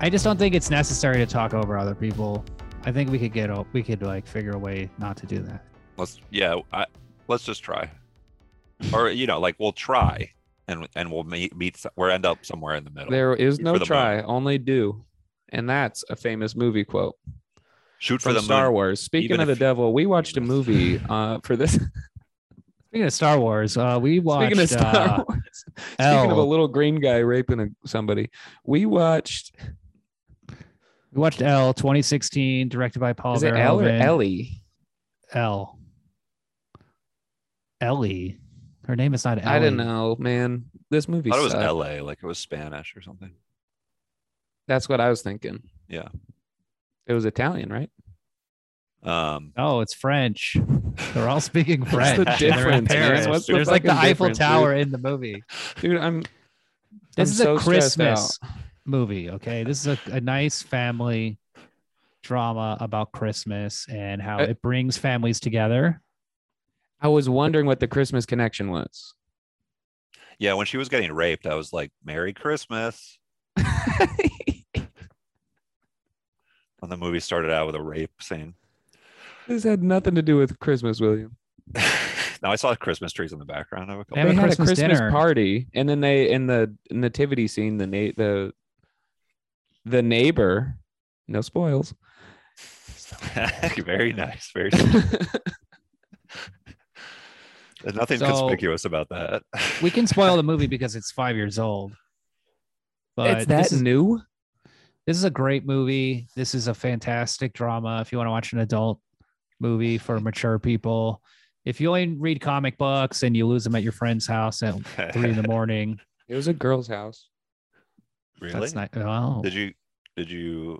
I just don't think it's necessary to talk over other people. I think we could get o- we could like figure a way not to do that. Let's yeah, I, let's just try, or you know, like we'll try, and and we'll meet meet s- we'll end up somewhere in the middle. There is For no the moon. try, only do. And that's a famous movie quote Shoot for from the Star moon. Wars. Speaking even of the if- devil, we watched a movie uh, for this. Speaking of Star Wars, uh, we watched Speaking of Star uh, Wars, Elle. speaking of a little green guy raping a, somebody, we watched. we watched L 2016, directed by Paul is it L or Verhoeven. Ellie? L. Ellie. Her name is not Ellie. I don't know, man. This I movie. thought it was sucked. L.A. Like it was Spanish or something. That's what I was thinking. Yeah. It was Italian, right? Um, Oh, it's French. They're all speaking French. the and they're in difference, man? Paris. What's the There's like the fucking Eiffel difference, Tower in the movie. Dude, I'm. This I'm is so a stressed out. Christmas movie. Okay. This is a, a nice family drama about Christmas and how Uh, it brings families together. I was wondering what the Christmas connection was. yeah, when she was getting raped, I was like, "Merry Christmas." When the movie started out with a rape scene. this had nothing to do with Christmas, William. now I saw Christmas trees in the background of a couple. They have they a had Christmas a Christmas dinner. party, and then they in the nativity scene, the na- the the neighbor, no spoils, very nice. Very. There's nothing So- conspicuous about that. We can spoil the movie because it's five years old. But it's this that is new. this is a great movie. This is a fantastic drama. If you want to watch an adult movie for mature people, if you only read comic books and you lose them at your friend's house at three in the morning, It was a girl's house. really? that's not. Oh, Did you? Did you?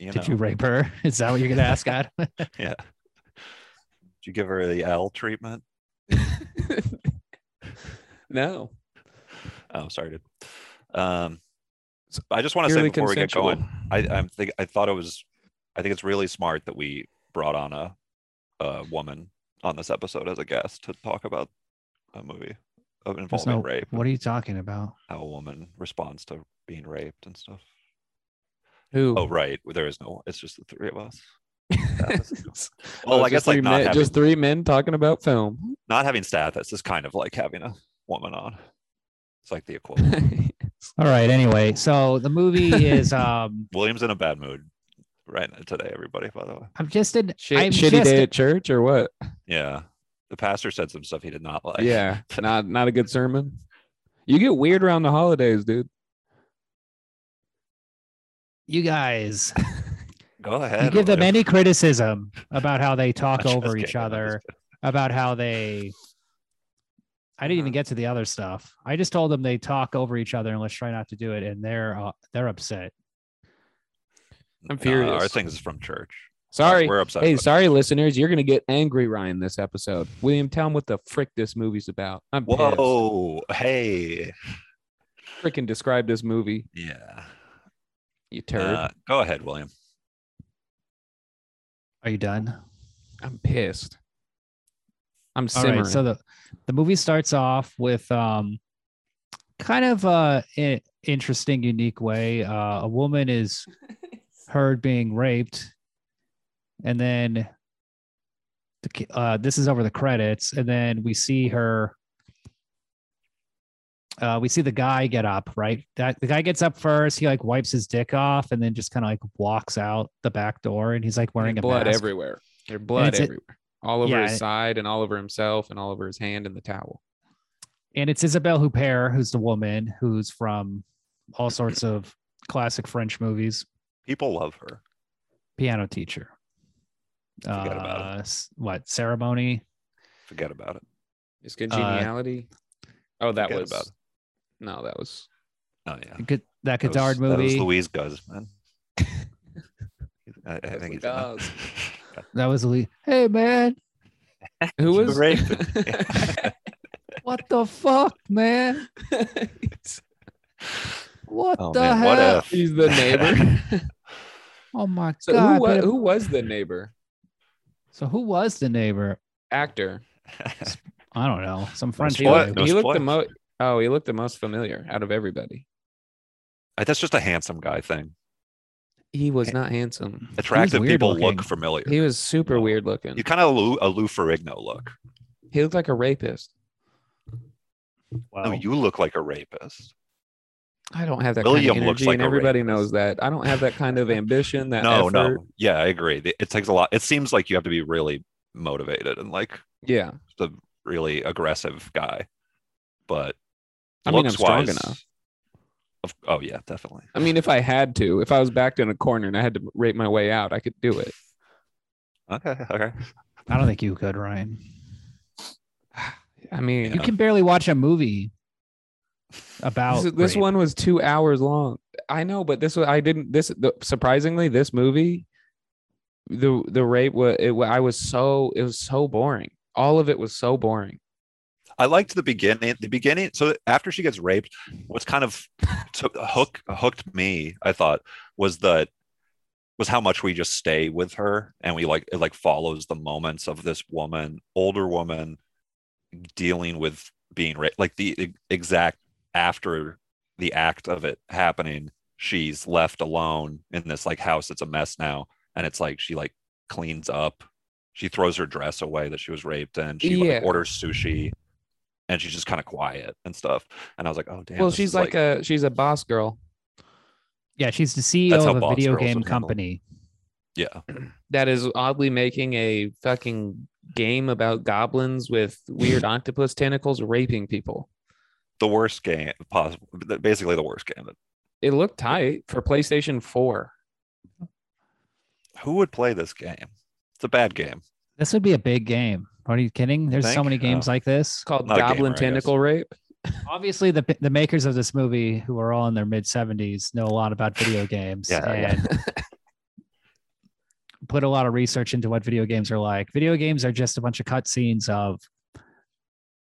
You know, did you rape her? Is that what you're gonna ask, God? yeah. Did you give her the L treatment? no, Oh, sorry, dude. Um, so I just want to say purely before we get consensual. going, I I'm think I thought it was, I think it's really smart that we brought on a, a woman on this episode as a guest to talk about a movie of There's involving no- rape. what are you talking about? how a woman responds to being raped and stuff. Who? Oh, right. There is no. It's just the three of us. Oh, Well, I just guess three like not men, having, just three men talking about film. not having staff. That's just kind of like having a woman on. It's like the equivalent. All right. Anyway, so the movie is. um William's in a bad mood right now- today. Everybody, by the way. I'm just in. Shit, I'm shitty just day at church or what? Yeah, the pastor said some stuff he did not like. yeah, not not a good sermon. You get weird around the holidays, dude. you guys. Go ahead. You give them William. any criticism about how they I'm talk just over kidding, each I'm just other. kidding. about how they I didn't even Uh-huh. get to the other stuff. I just told them they talk over each other and let's try not to do it. And they're uh, they're upset. Nah, I'm our furious. things is from church. Sorry. we're upset. Hey, about it. sorry, listeners. You're gonna get angry, Ryan, this episode. William, tell him what the frick this movie's about. I'm Whoa. Whoa. Hey. Freaking describe this movie, Yeah. you turd. Uh, go ahead, William. Are you done? I'm pissed. I'm All simmering. right. So the the movie starts off with um kind of a i- interesting, unique way. Uh, a woman is heard being raped, and then the, ki- uh, this is over the credits, and then we see her. Uh, we see the guy get up, right? That the guy gets up first. He like wipes his dick off, and then just kind of like walks out the back door, and he's like There's wearing a blood mask. everywhere. There's blood it's a- everywhere. All over Yeah, his it- side and all over himself and all over his hand and the towel. and it's Isabelle Huppert, who's the woman who's from all sorts of classic French movies, People love her. piano teacher. Forgot about it. Uh, s- what ceremony? Forget about it. Uh, His congeniality. oh, that forget was about it. no, that was Oh yeah. Gu- That That was- Godard That was movie. Louise Guzman. I, I That's think he's in what it. That was Lee. Hey man, who was Rape. what the fuck, man? What Oh, the man, hell? what if? He's the neighbor. oh my so god! who, wa- babe. who was the neighbor? so who was the neighbor? Actor. I don't know. Some French He spoil- guy. looked, no he looked the spoilers. most. Oh, he looked the most familiar out of everybody. I I- That's just a handsome guy thing. He Eh, was not handsome. Attractive weird people looking. look familiar. He was super weird looking. You kind of Lou, a Lou Ferrigno look. He looked like a rapist. Oh. Wow. No, you look like a rapist. I don't have that William kind of looks energy, like and a everybody rapist. knows that. I don't have that kind of ambition. That no, Uh, effort. no. Yeah, I agree. The- It takes a lot. It seems like you have to be really motivated and like Yeah, a really aggressive guy. But I mean, I'm looks strong wise- enough. Of, oh yeah, definitely. I mean, if I had to, if I was backed in a corner and I had to rape my way out, I could do it. Okay, okay. I don't think you could, Ryan. I mean, You can barely watch a movie about this, this rape. one was two hours long. I know, but this was I didn't. This the, surprisingly, this movie, the the rape was it. wa- I was so it was so boring. All of it was so boring. I liked the beginning. The beginning. So after she gets raped, what's kind of took hook hooked me, I thought, was that was how much we just stay with her and we like it like follows the moments of this woman, older woman, dealing with being raped, like the e- exact after the act of it happening. She's left alone in this like house that's a mess now, and it's like she like cleans up. She throws her dress away that she was raped in. She Yeah. like orders sushi and she's just kind of quiet and stuff. And I was like, oh damn. well, this she's is, like, a she's a boss girl. Yeah, she's the CEO That's how of a Boss video Girls would game handle it. company. yeah, that is oddly making a fucking game about goblins with weird octopus tentacles raping people. the worst game possible. Basically, the worst game. It looked tight for PlayStation 4. Who would play this game? It's a bad game. This would be a big game. Are you kidding? There's so think? many games like this. It's called Not a gamer, I Goblin guess. Tentacle Rape. Obviously, the the makers of this movie, who are all in their mid 70s, know a lot about video games Yeah, yeah. and put a lot of research into what video games are like. Video games are just a bunch of cutscenes of,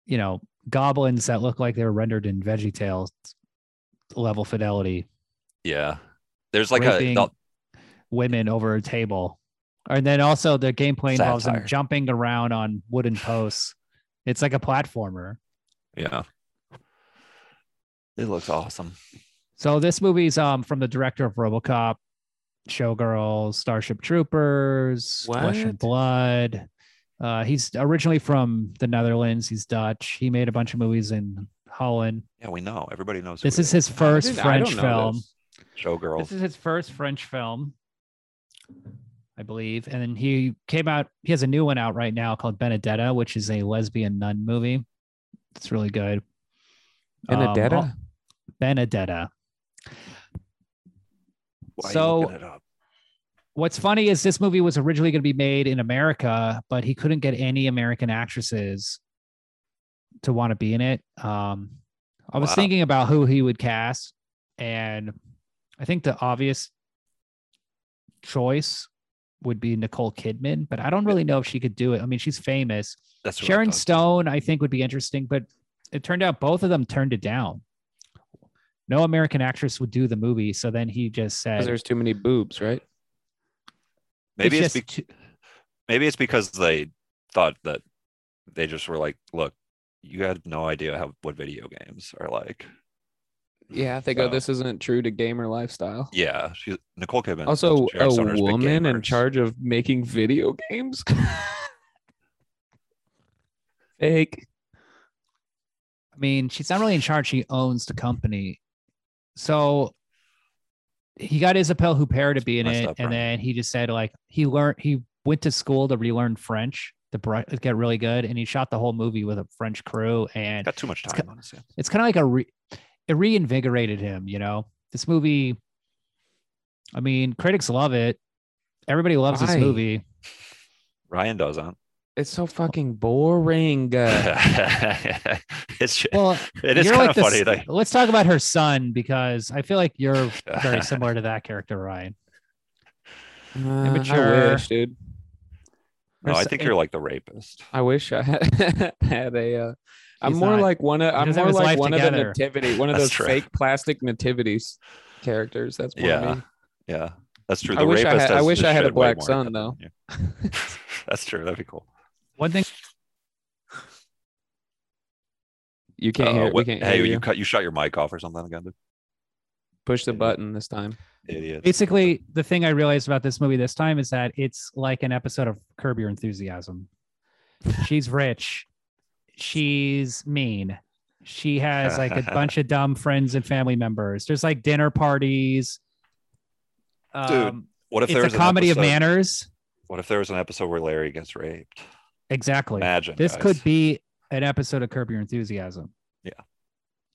you know, goblins that look like they were rendered in VeggieTales level fidelity, Yeah, there's like Raping. a the- women over a table. And then also the gameplay involves them Satire. jumping around on wooden posts. It's like a platformer. yeah. It looks awesome. So this movie's um from the director of RoboCop, Showgirls, Starship Troopers, Flesh What? and Blood. Uh, he's originally from the Netherlands. He's Dutch. He made a bunch of movies in Holland. Yeah, we know. Everybody knows. who This it is his first I didn't- I don't French know film. this. showgirl. This is his first French film, I believe. And then he came out. He has a new one out right now called Benedetta, which is a lesbian nun movie. It's really good. Um, Benedetta? oh, Benedetta. Why are you so- looking it up? what's funny is this movie was originally going to be made in America, but he couldn't get any American actresses to want to be in it. Um, I was Wow. thinking about who he would cast, and I think the obvious choice would be Nicole Kidman, but I don't really know if she could do it. I mean, she's famous. That's who I Sharon thought. Stone, I think, would be interesting, but it turned out both of them turned it down. No American actress would do the movie, so then he just 'Cause said, there's too many boobs, right? Maybe it's, just bec- maybe it's because they thought that they just were like, look, you had no idea how what video games are like. Yeah, they go, So- this isn't true to gamer lifestyle. Yeah, she Nicole Kidman. Also, Sharon a Stone are big woman in gamers. charge of making video games? Fake. I mean, she's not really in charge. She owns the company. So he got Isabelle Huppert to be in Messed it. up, and right? then he just said, like, he learned, he went to school to relearn French to br- get really good. And he shot the whole movie with a French crew. And Got too much It's time on his hands. it's kind of like a, re- it reinvigorated him, you know? This movie, I mean, critics love it. Everybody loves Why? this movie. Ryan doesn't. It's so fucking boring. Uh, it's ju- Well, it is you're kind like of the funny. s- Like, Let's talk about her son because I feel like you're very similar to that character, Ryan. uh, I Immature. wish, dude. Her no, I son- think you're like the rapist. I wish I had had a. Uh, I'm He's more not- like one of. I'm doesn't have more his like life one of the together. nativity, one of That's those true. fake plastic nativities characters. That's more Yeah. me. Yeah, that's true. I The wish I rapist had- I has wish to I had a shed way black more son, than you. that's true. That'd be cool. One thing You can't Uh-oh, hear. what- we can't hey, hear you. Oh, you. cut. You shut your mic off or something again? Dude? Push the button this time. Idiot. Basically, the thing I realized about this movie this time is that it's like an episode of Curb Your Enthusiasm. She's rich. She's mean. She has like a bunch of dumb friends and family members. There's like dinner parties. Um, What if there it's was a comedy an of episode- manners. What if there was an episode where Larry gets raped? Exactly. Imagine this guys. could be an episode of Curb Your Enthusiasm. Yeah.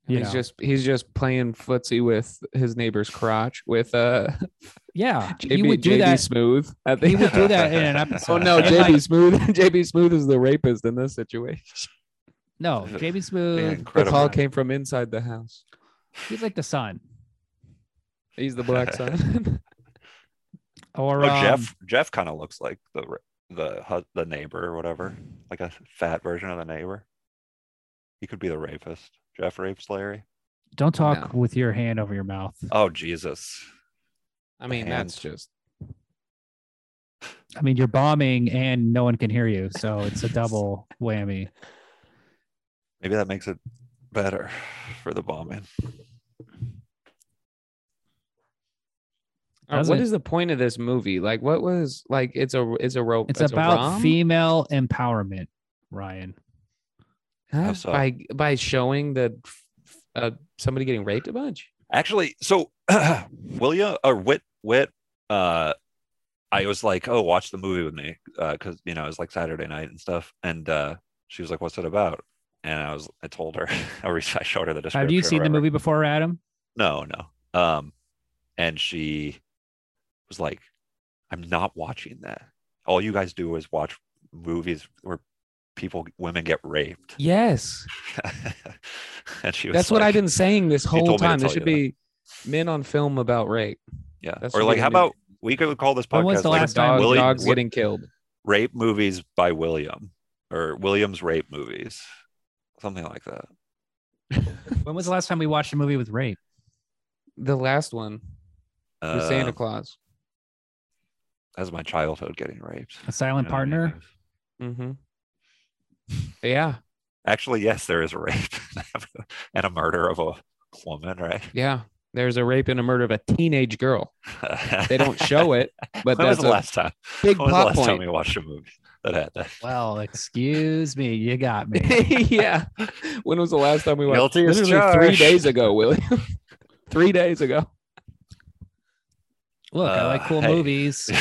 You he's know, just he's just playing footsie with his neighbor's crotch with uh yeah. JB, you would do JB that. Smooth. At He the, would do that in an episode. oh no, And, JB like, Smooth. JB Smooth is the rapist in this situation. no, JB Smooth. The incredible. call came from inside the house. He's like the son. He's the black son. Or Oh, um, Jeff. Jeff kind of looks like the r- the hu- the neighbor or whatever, like a fat version of the neighbor. He could be the rapist. Jeff rapes Larry. Don't talk No. with your hand over your mouth. Oh Jesus! I mean, that's And- just I mean, you're bombing and no one can hear you, so it's a double whammy. Maybe that makes it better for the bombing. Uh, what Doesn't- is the point of this movie? Like, what was like? It's a it's a rope. It's, it's a about rom? female empowerment, Ryan. Huh? so? by by showing that uh, somebody getting raped a bunch. Actually, so William or Wit Wit, uh, I was like, oh, watch the movie with me because you know it was like Saturday night and stuff, and uh, she was like, what's it about? And I was, I told her, or I showed her the description. Have you or seen the whatever. movie before, Adam? No, no. Um, and she was like, I'm not watching that. All you guys do is watch movies where people, women get raped. Yes, and she was that's what I've like- been saying this told whole me to time. There tell should you be men on film about rape. Yeah. That's or what like, we how need. about we could call this When was podcast the like last time Dog, Willie- dogs Wi- getting killed. rape movies by William or William's rape movies, something like that. When was the last time we watched a movie with rape? The last one with Santa Um, Claus. that's my childhood getting raped. A silent You know, partner? anyways. Mm-hmm. Yeah, Actually, yes, there is a rape and a murder of a woman, right? yeah. There's a rape and a murder of a teenage girl. They don't show it, but when was that's the a last time? big When was the plot last time point. we watched a movie that had that? Well, excuse me, you got me. yeah. When was the last time we watched? Guilty as Literally three charged. days ago, William. three days ago. Look, I like Uh, cool hey. movies.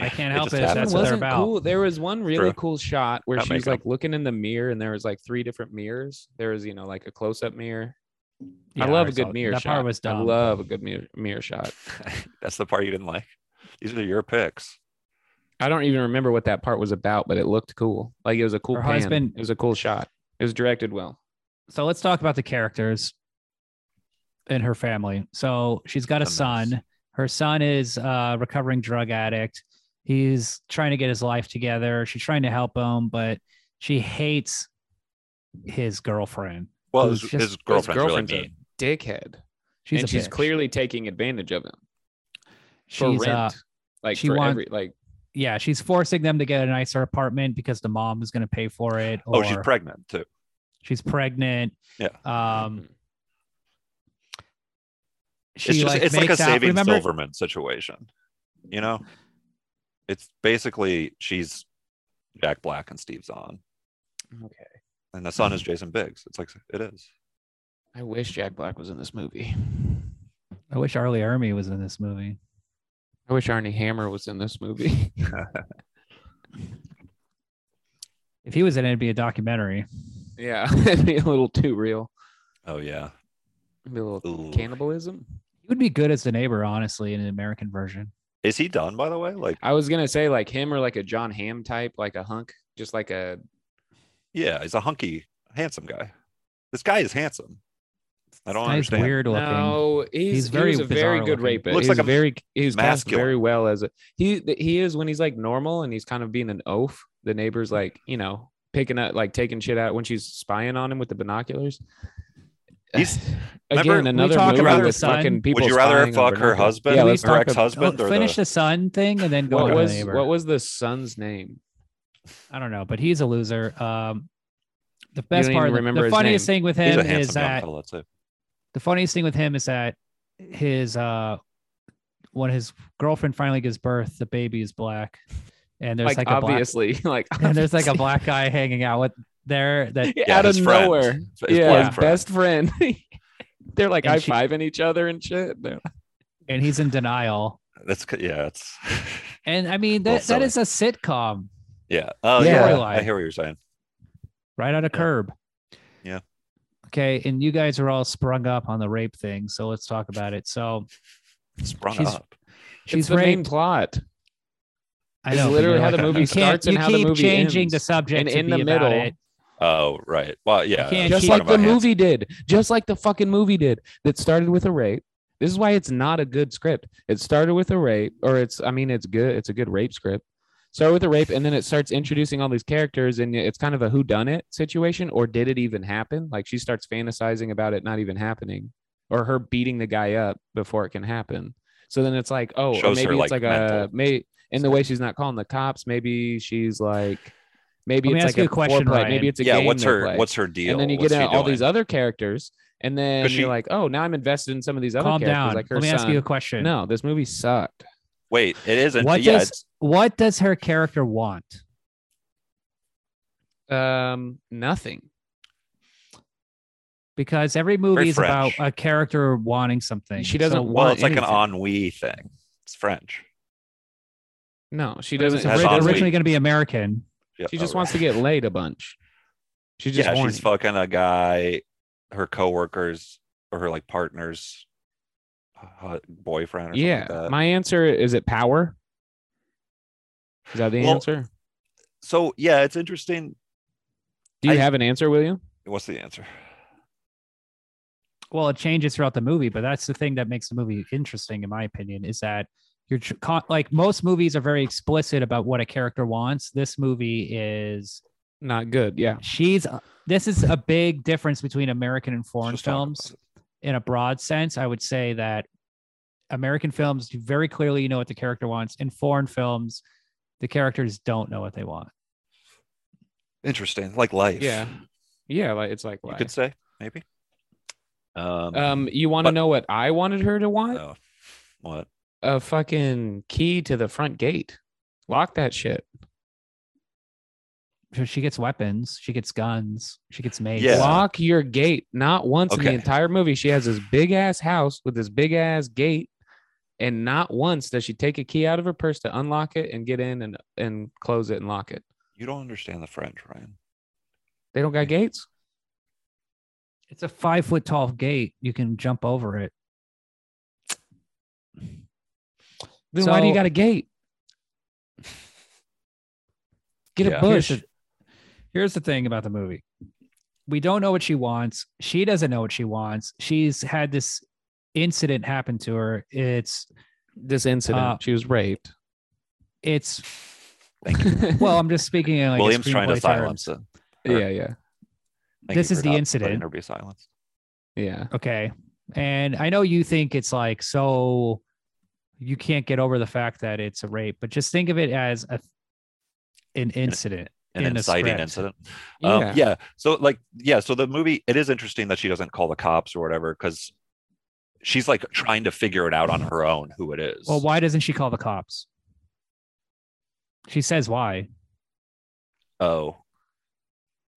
I can't help just it if that's happens. It what they're wasn't about. cool. There was one really True. cool shot where Not she was makeup. like looking in the mirror, and there was like three different mirrors. There was, you know, like a close-up mirror. I Yeah, love I a saw- good mirror that shot. part was I dumb. love a good mirror, mirror shot. That's the part you didn't like. These are your picks. I don't even remember what that part was about, but it looked cool. Like it was a cool Her pan. husband- It was a cool shot. It was directed well. So let's talk about the characters and her family. So she's got a It's a mess. son. Her son is a recovering drug addict. He's trying to get his life together. She's trying to help him, but she hates his girlfriend. Well, Who's his, just- his girlfriend's, girlfriend's really a- mean. Dickhead, She's and a she's bitch. clearly taking advantage of him for she's rent. uh, like she for want- every like yeah, she's forcing them to get a nicer apartment because the mom is going to pay for it. Or Oh, she's pregnant too. she's pregnant. Yeah. Um, she It's just like it's like a makes out- saving remember, Silverman situation. You know, it's basically she's Jack Black and Steve Zahn, Okay. and the son is Jason Biggs. It's like it is. I wish Jack Black was in this movie. I wish Arlie Ermy was in this movie. I wish Arnie Hammer was in this movie. If he was in it, it'd be a documentary. yeah, it'd be a little too real. Oh yeah, It'd be a little Ooh. cannibalism. He would be good as the neighbor, honestly, in an American version. is he done by the way? Like I was gonna say like him or like a John Hamm type, like a hunk, just like a yeah, he's a hunky, handsome guy. This guy is handsome. I don't He's understand. weird looking. no. He's, He's very very he was a very bizarre good looking. rapist. Looks he's like a very he's cast masculine. very well as a he he is when he's like normal and he's kind of being an oaf. The neighbors like you know picking up like taking shit out when she's spying on him with the binoculars. He's- Again, remember- we another talked movie about with the son. fucking Would people. Would you rather spying on fuck her binoculars. husband, Yeah, we let's her talk about- ex-husband, Oh, or finish the, the son thing and then go What to was the neighbor. what was the son's name? I don't know, but he's a loser. Um, the best don't part, of even the- remember the his funniest name. thing with he's him a is handsome young that fellow too. the funniest thing with him is that his uh when his girlfriend finally gives birth, the baby is black, and there's like, like, a black, obviously, like and there's like a black guy hanging out with there that obviously, Yeah, out of his friend. nowhere. His yeah, black his friend. best friend. They're like And high she- fiving each other and shit. They're- and he's in denial. That's c- yeah, it's And I mean Well, that that silly. is a sitcom yeah. Oh Yeah. yeah, Storyline. I hear what you're saying. right on a Yeah. curb. Yeah. Okay, and you guys are all sprung up on the rape thing, so let's talk about it. So Sprung She's- up. it's she's the main raped. plot. I it's know but literally you're how the movie you can't- starts and you how the keep movie changing the ends. subject And to in be the about middle, it. Oh right. Well yeah. can't it's just keep- talking like the about hands. movie did, just like the fucking movie did that started with a rape. This is why it's not a good script. It started with a rape, or it's I mean it's good, it's a good rape script. Started with a rape, and then it starts introducing all these characters, and it's kind of a who done it situation, or did it even happen? Like she starts fantasizing about it not even happening, or her beating the guy up before it can happen. So then it's like, oh, or Shows her, maybe it's like, like, a mental may in the way she's not calling the cops. Maybe she's like, maybe Let me it's ask like you a question, foreplay. Ryan. Maybe it's a yeah, game what's they her play what's her deal? and then you What's get she out all doing? these other characters, and then she- you're like, oh, now I'm invested in some of these other Calm characters. down. Like her Let me ask son. you a question. no, this movie sucked. Wait, it isn't. What yeah, does- it's, What does her character want? Um, nothing. Because every movie is about a French. character wanting something. She doesn't So want- well, it's like an anything. ennui thing. It's French. No, she But it was doesn't. That's ori- on originally week. going to be American. Yeah, She just oh, wants to right. get laid a bunch. She just yeah, horny. she's fucking a guy, her coworkers or her like partner's uh, boyfriend. Or something yeah. like that. My answer is it power. Is that the Well, answer? so yeah, it's interesting. Do you I- have an answer, William? What's the answer? Well, it changes throughout the movie, but that's the thing that makes the movie interesting, in my opinion, is that you're tr- con- like most movies are very explicit about what a character wants. This movie is Not good. Yeah. she's uh, this is a big difference between American and Let's foreign just talk about films. it. in a broad sense, I would say that American films do very clearly know what the character wants. In foreign films, the characters don't know what they want. Interesting, like life. Yeah. Yeah. Like it's like you why? could say maybe. Um, Um, you want to But- know what I wanted her to want? oh, what? a fucking key to the front gate. Lock that shit. So she gets weapons, she gets guns, she gets mates. Yeah. Lock your gate. Not once in the Okay. entire movie. She has this big ass house with this big ass gate. And not once does she take a key out of her purse to unlock it and get in and, and close it and lock it. You don't understand the French, Ryan. They don't got gates. It's a five foot tall gate. You can jump over it. Then why do you So- got a gate? Get Yeah. a bush. Here's the, here's the thing about the movie we don't know what she wants. She doesn't know what she wants. She's had this incident happen to her. It's, this incident. Uh, she was raped. it's, Thank well, I'm just speaking in like a William's trying to screenplay silence terms. it. or- yeah, yeah, Thank This is you for the not incident. letting her be silenced. yeah. Okay. And I know you think it's like so you can't get over the fact that it's a rape, but just think of it as a an incident. An In a inciting script. incident. Um, yeah. yeah. So like, yeah. So the movie, it is interesting that she doesn't call the cops or whatever because she's like trying to figure it out on her own who it is. Well, why doesn't she call the cops? She says why. oh,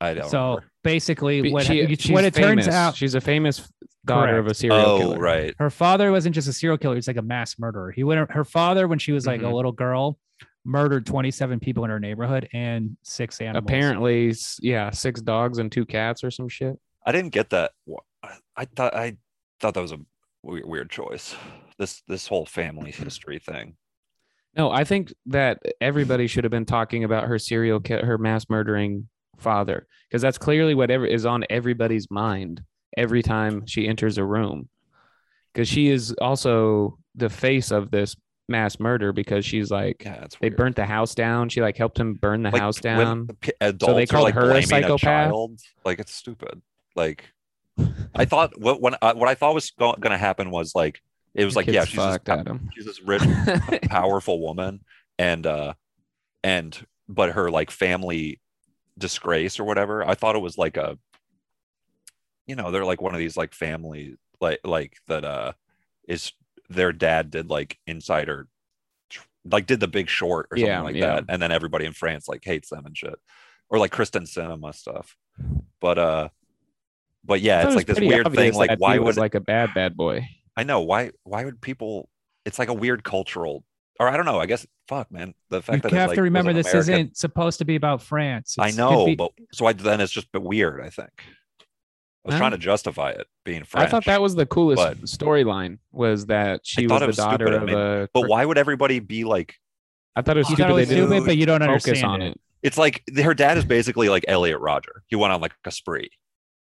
I don't. So remember. basically, Be- what, she- you- she's what it famous. turns out, she's a famous daughter of a serial oh, killer. right. her father wasn't just a serial killer; he's like a mass murderer. He went. Her father, when she was like Mm-hmm. Mhm. a little girl, murdered twenty-seven people in her neighborhood and six animals. apparently s- yeah six dogs and two cats or some shit I didn't get that. Wha- I- I thought I thought that was a weird, weird choice. This this whole family history thing. no i think that everybody should have been talking about her serial ki- her mass murdering father because that's clearly whatever is on everybody's mind every time she enters a room because she is also the face of this mass murder because she's like Yeah, it's they weird. burnt the house down she like helped him burn the Like, house when down the p- adults are, called like, her a blaming psychopath? child. Like it's stupid. Like I thought what when I, what I thought was go- going to happen was like it was The like yeah kids she's this, fucked at him she's this rich powerful woman and uh and but her like family disgrace or whatever i thought it was like a you know they're like one of these like family like like that uh is their dad did like insider tr- like did the big short or something Yeah, like yeah. that and then everybody in france like hates them and shit or like kristen cinema stuff but uh but yeah it's like this weird thing like why would like a bad bad boy? i know why why would people it's like a weird cultural or i don't know i guess fuck man the fact you that it, have like, to was remember an this American- isn't supposed to be about France. i It's- could know be- but so i then it's just but weird i think i was Well, trying to justify it being french I thought that was the coolest but- storyline was that she thought was, it was the daughter stupid, I of mean, a. but why would everybody be like I thought it was you stupid. thought it was they didn't stupid, but you don't focus understand on it. it's like her dad is basically like Elliot Roger. He went on like a spree,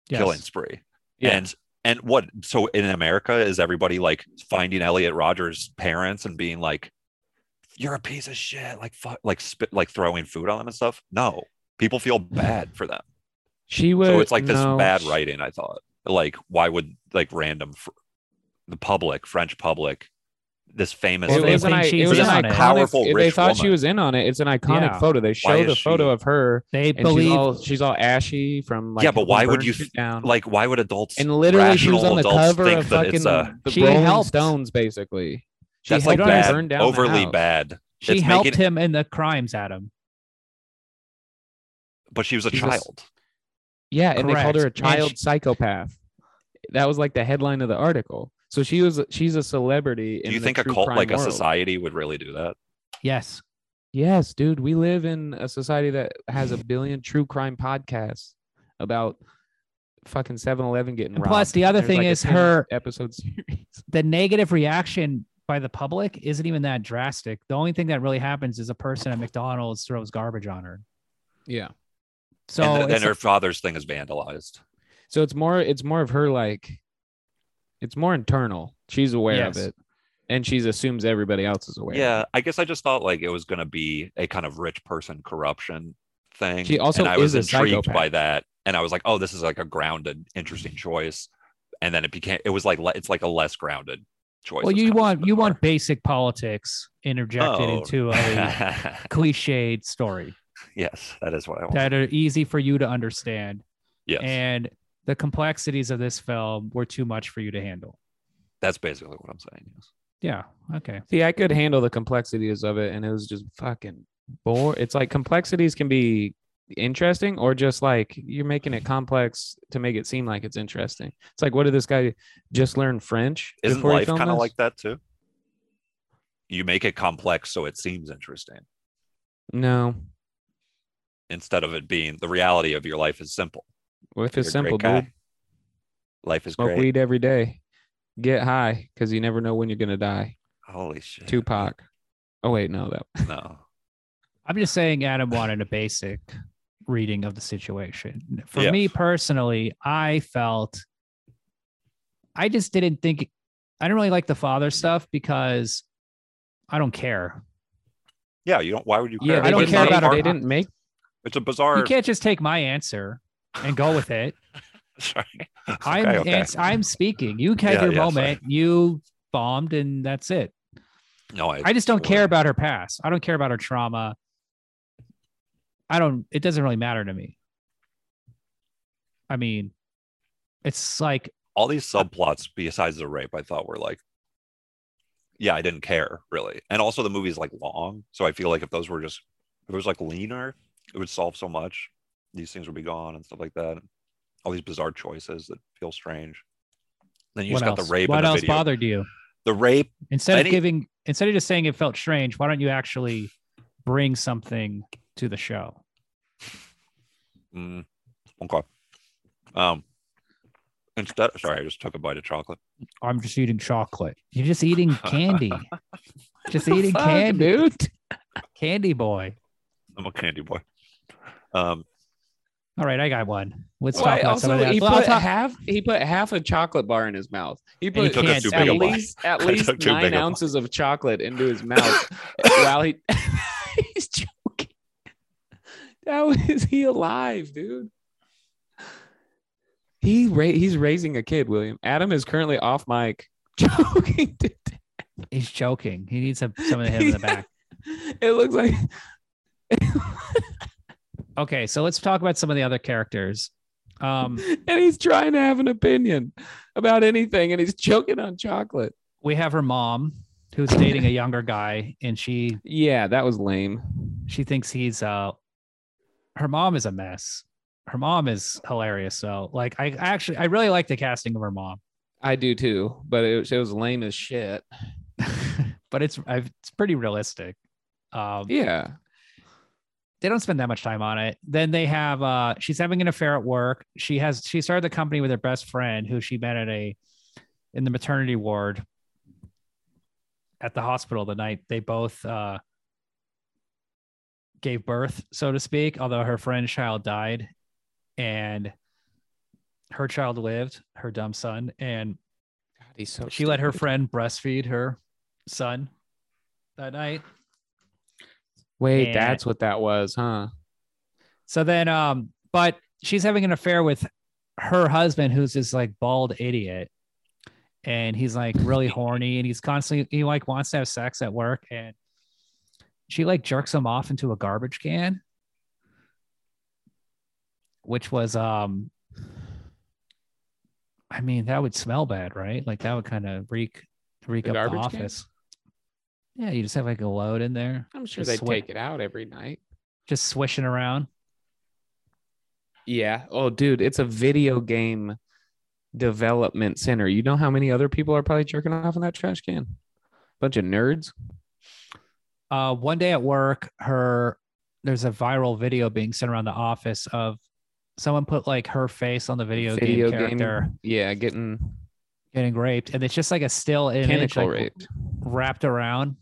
Yes. killing spree. Yeah. And and what so in America is everybody like finding Elliot Rogers' parents and being like, You're a piece of shit, like fuck like spit like throwing food on them and stuff? No. People feel bad for them. She was. so it's like this no, bad she- writing, I thought. Like, why would like random fr- the public, French public, this famous Well, It they was, an, think i- she it was was in an on it. iconic. Powerful, they rich thought she woman. was in on it. It's an iconic Yeah. photo. They show is the photo she- of her. They And she's believe all, she's all ashy from like Yeah, but why would burning you shit th- down. like why would adults and literally she rational was on the adults cover think of that fucking it's a the She Rolling helped. Stones basically. She that's like helped bad, burn down the overly house. bad. she it's helped making- him in the crimes, Adam. but she was a She's a s- child. Yeah, and they called her a Correct. And child she- psychopath. That was like the headline of the article. So she was she's a celebrity. Do in you the think a true cult crime like a world. society would really do that? Yes. Yes, dude. We live in a society that has a billion true crime podcasts about fucking 7-Eleven getting And robbed. plus, the other There's thing like a is 10 her- episode series. The negative reaction by the public isn't even that drastic. The only thing that really happens is a person at McDonald's throws garbage on her. Yeah. So and th- it's then her father's thing is vandalized. So it's more it's more of her like it's more internal. She's aware of Yes. it. And she assumes everybody else is aware. of Yeah, I guess I just thought like it was going to be a kind of rich person corruption thing. She also and I was is a intrigued psychopath. Mm. by that, and I was like, oh, this is like a grounded, interesting choice. And then it became it was like le- it's like a less grounded choice. well, It's you kind of want you want bizarre. basic politics interjected Oh. into a cliched story yes, that is what I want. that are easy for you to understand. yes, and the complexities of this film were too much for you to handle. that's basically what I'm saying. Yes. Yeah. Okay. See, I could handle the complexities of it, and it was just fucking bore. It's like complexities can be interesting, or just like you're making it complex to make it seem like it's interesting. It's like, what did this guy just learn French? Isn't before he life filmed kind of this? like that too? You make it complex so it seems interesting No, instead of it being the reality of your life is simple. life You're a is great simple, guy. dude. Life is Smoke great. weed every day, get high, because you never know when you're gonna die. Holy shit. Tupac. Oh wait, no, that No. I'm just saying Adam wanted a basic reading of the situation. For Yeah. me personally, I felt I just didn't think I didn't really like the father stuff because I don't care. Yeah, you don't. Why would you care? yeah, I they don't didn't care make- about her. They didn't make. It's a You bizarre. can't just take my answer and go with it. Sorry. I'm Okay, okay. ans- I'm speaking. You had Yeah, your yeah, sorry. moment. You bombed and that's it. No, I, I just don't care totally- about her past. I don't care about her trauma. I don't, it doesn't really matter to me. I mean, it's like, all these subplots besides the rape. I thought were like, yeah, I didn't care really. And also the movie's like long, so I feel like if those were just if it was like leaner, it would solve so much. These things would be gone and stuff like that. All these bizarre choices that feel strange. Then you what just got else? the rape. What in the else video. bothered you? The rape. Instead Any- of giving, instead of just saying it felt strange, why don't you actually bring something to the show? Mm, okay. Um. Instead, sorry, I just took a bite of chocolate. I'm just eating chocolate. You're just eating candy. just eating Fuck, candy. dude. Candy boy. I'm a candy boy. Um. All right, I got one. Let's talk Why about some also, of he that. Well, I'll put talk- half. He put half a chocolate bar in his mouth. He put took a at, too big a bite. least at I least took too nine big a bite. ounces of chocolate into his mouth while he he's joking. How is he alive, dude? He ra- he's raising a kid, William. Adam is currently off mic joking. to death. He's joking. He needs some, some of him in the back. It looks like Okay, so let's talk about some of the other characters. Um, and he's trying to have an opinion about anything and he's choking on chocolate. we have her mom who's dating a younger guy, and she Yeah, that was lame. she thinks he's uh her mom is a mess. Her mom is hilarious. So like I actually I really like the casting of her mom. I do too, but it, was- it was lame as shit. but it's I've, it's pretty realistic. Um Yeah. they don't spend that much time on it. Then they have uh she's having an affair at work. She has she started the company with her best friend who she met at a in the maternity ward at the hospital the night they both uh gave birth, so to speak, although her friend's child died and her child lived, her dumb son, and God, he's so she let her stupid. friend breastfeed her son that night. Wait, Yeah. that's what that was, huh? So then, um, but she's having an affair with her husband, who's this like bald idiot, and he's like really horny, and he's constantly he like wants to have sex at work, and she like jerks him off into a garbage can, which was um. I mean, that would smell bad, right? Like that would kind of reek, reek The up the garbage can? office. Yeah, you just have like a load in there, I'm sure Just they sweat. take it out every night. just swishing around. Yeah. Oh, dude, it's a video game development center. You know how many other people are probably jerking off in that trash can? Bunch of nerds. uh, one day at work, her there's a viral video being sent around the office of someone put like her face on the video, game character Yeah, getting getting raped, and it's just like a still image pinnacle like, raped. wrapped around,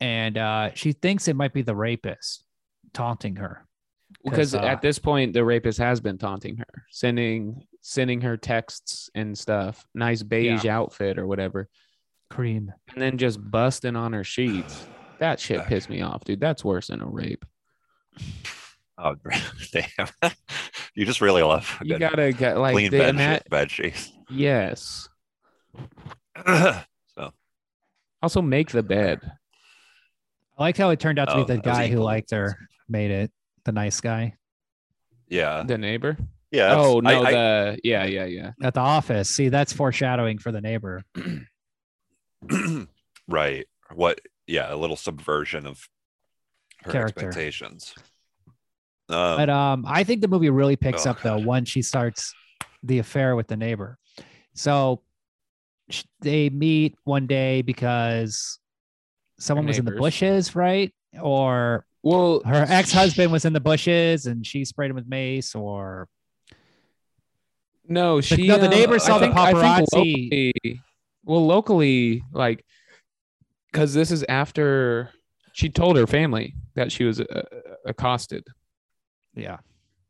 and uh, she thinks it might be the rapist taunting her. Because 'cause, uh, at this point, the rapist has been taunting her, sending sending her texts and stuff. Nice beige outfit or whatever, Cream. and then just busting on her sheets. That shit pissed me off, dude. That's worse than a rape. Oh, damn. you just really love a You good gotta get like clean the, bed, and that. sheet, bed sheets. Yes. Also, make the bed. I like how it turned out to Oh, be the that was guy who evil. liked her made it. The nice guy yeah. The neighbor. Yeah. that's- oh no, I- I- the yeah, yeah, yeah. at the office. See, that's foreshadowing for the neighbor. right what yeah a little subversion of her Character. expectations um, but um, I think the movie really picks Oh, up though God. when she starts the affair with the neighbor. So sh- they meet one day because someone was in the neighbors. bushes, right? Or Well, her ex-husband was in the bushes and she sprayed him with mace, or No, she. no, the uh, neighbors I saw the think- I think paparazzi. locally- well, locally, like, because this is after she told her family that she was uh, accosted. yeah,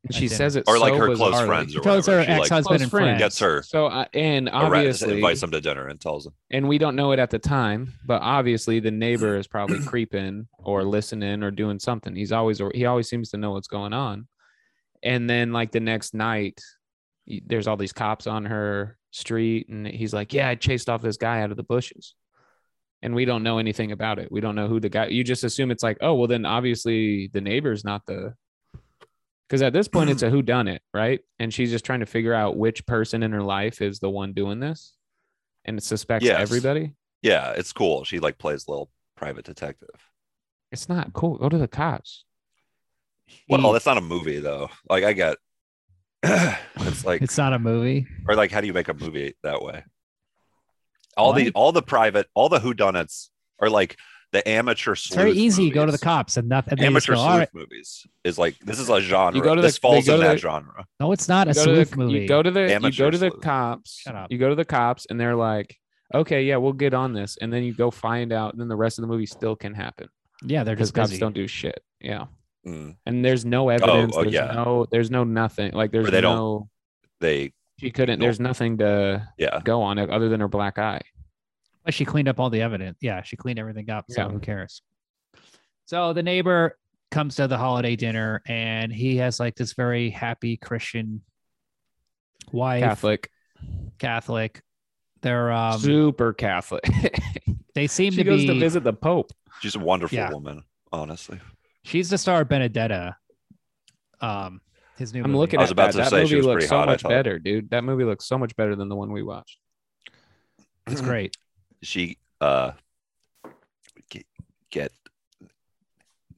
And At she dinner. says it or like so her close bizarrely. friends or tells her whatever. She, like, ex-husband Close and friends. friends. gets her So I and arrests, obviously, invites them to dinner and tells them and we don't know it at the time, but obviously the neighbor is probably creeping or listening or doing something. He's always he always seems to know what's going on. And then like the next night, y- there's all these cops on her street, and he's like, "Yeah, I chased off this guy out of the bushes," and we don't know anything about it. We don't know who the guy. You just assume it's like, oh, well, then obviously the neighbor's not the. Because at this point, it's a who done it, right? And she's just trying to figure out which person in her life is the one doing this, and suspects Yes. everybody. yeah it's cool she like plays little private detective It's not cool. Go to the cops. well that's not a movie though like i get it's like it's not a movie. or like how do you make a movie that way all the What? all the private all the whodunits are like the amateur It's very sleuth easy. You go to the movies. cops and nothing. And they just amateur go, sleuth All right. movies is like this is a genre. go to the- this falls they go in to that the- genre. No, it's not a you go to sleuth the, movie. You go to the you Amateur go to the sleuth. cops. Shut up. You go to the cops, and they're like, "Okay, yeah, we'll get on this." And then you go find out, and then the rest of the movie still can happen yeah, they're because just cops busy. don't do shit. Yeah, Mm. and there's no evidence. oh, there's yeah. no. There's no nothing. Like there's they no. don't- They she couldn't. no. There's nothing to yeah. go on it other than her black eye. But she cleaned up all the evidence. Yeah, she cleaned everything up. So Yeah. who cares? So the neighbor comes to the holiday dinner and he has like this very happy Christian wife, Catholic, Catholic. They're um, super Catholic. they seem she to goes be. to visit the Pope. She's a wonderful Yeah. woman, honestly. she's the star of Benedetta. Um, his new. I'm movie. looking I was at about that. to that say she movie was looks pretty so hot, I much thought. better, dude. That movie looks so much better than the one we watched. It's great. she uh get, get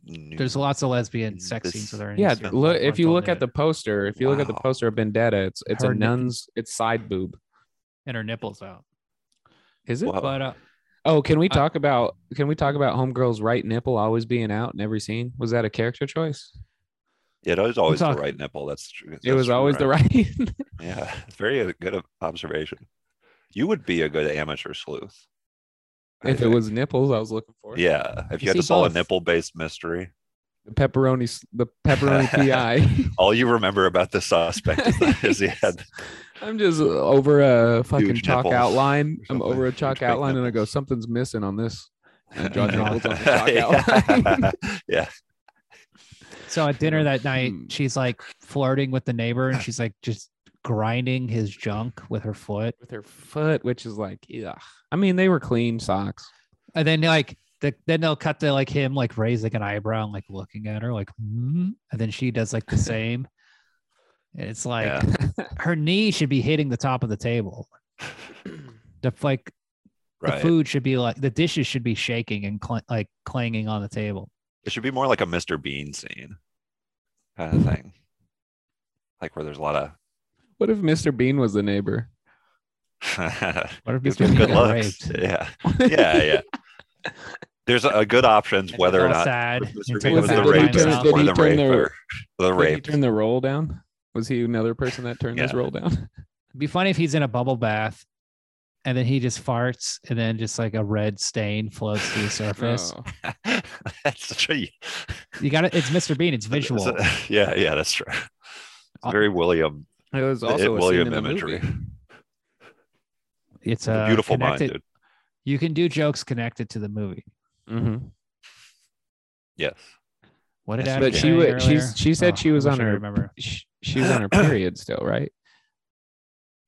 new- There's lots of lesbian sex This- scenes with her. in Yeah, it, so look I if you don't look need at it. the poster, if you look at the Wow. poster of Vendetta, it's it's Her a nip- nun's it's side boob. and her nipples out. Is it? Wow. Oh. But uh, Oh, can we I- talk about can we talk about Homegirl's right nipple always being out in every scene? Was that a character choice? Yeah, it was always the talking- right nipple. That's true. it was always the right. the right. Yeah, very uh, good observation. You would be a good amateur sleuth. I if it think. was nipples, I was looking for. Yeah, if you, You had see to solve both. a nipple-based mystery, The pepperoni, s- the pepperoni PI. all you remember about the suspect is, that, is he had I'm just uh, over a fucking Huge chalk nipples outline. or I'm something. over a Huge chalk big outline, and I go, nipples. something's missing on this. And draw nipples on the chalk yeah. outline. yeah, so at dinner that night, Hmm. she's like flirting with the neighbor, and she's like just grinding his junk with her foot. With her foot, which is like, yeah. I mean, they were clean socks. And then like the, then they'll cut to like him like raising an eyebrow and like looking at her like, "Hmm?" and then she does like the same. And it's like Yeah. her knee should be hitting the top of the table. The like the right. food should be like the dishes should be shaking and cl- like clanging on the table. It should be more like a Mr. Bean scene kind of thing, like where there's a lot of What if Mr. Bean was the neighbor? What if Gives Mr. them Bean good got looks. raped? Yeah, yeah, yeah. There's a, a good options And whether they're or all not sad if Mr. and Bean take was a the picture of rapist themselves. Did or he the turn their- raper. The Did he rape. turn the roll down? Was he another person that turned his Yeah. roll down? It'd be funny if he's in a bubble bath and then he just farts and then just like a red stain floats to the surface. Oh. that's such a You got it. It's Mr. Bean. It's that's a- visual. yeah, yeah, that's true. It's Uh, very William. It was It, also a scene in William the imagery. movie. It's It's a uh, beautiful connected- mind, dude. You can do jokes connected to the movie. Mhm. Yes. What did Yes, Adam but say she wa- she's- earlier? Oh, she said she was I wish on I could her- Remember? She, she was on her period still, right?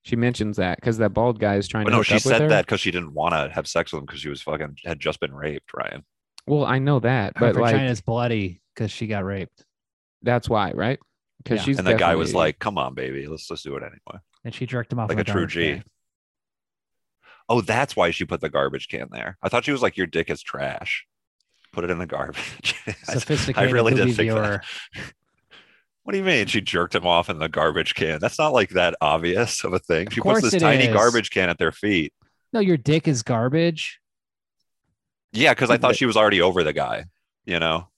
She mentions that because that bald guy is trying But to. Oh, no, hook she up with her. said that because she didn't want to have sex with him because she was fucking had just been raped, Ryan. Well, I know that, Her but like vagina's bloody because she got raped, that's why, right? Because Yeah. she's And the guy was definitely- like, "Come on, baby, let's let's do it anyway." and she jerked him off Like in a true garbage G. can. Oh, that's why she put the garbage can there. I thought she was like, "Your dick is trash. Put it in the garbage." I- Sophisticated I really movie did think viewer. that. What do you mean? She jerked him off in the garbage can. That's not like that obvious of a thing. she puts course this it tiny is. garbage can at their feet. No, your dick is garbage. Yeah, because I thought But- she was already over the guy. You know,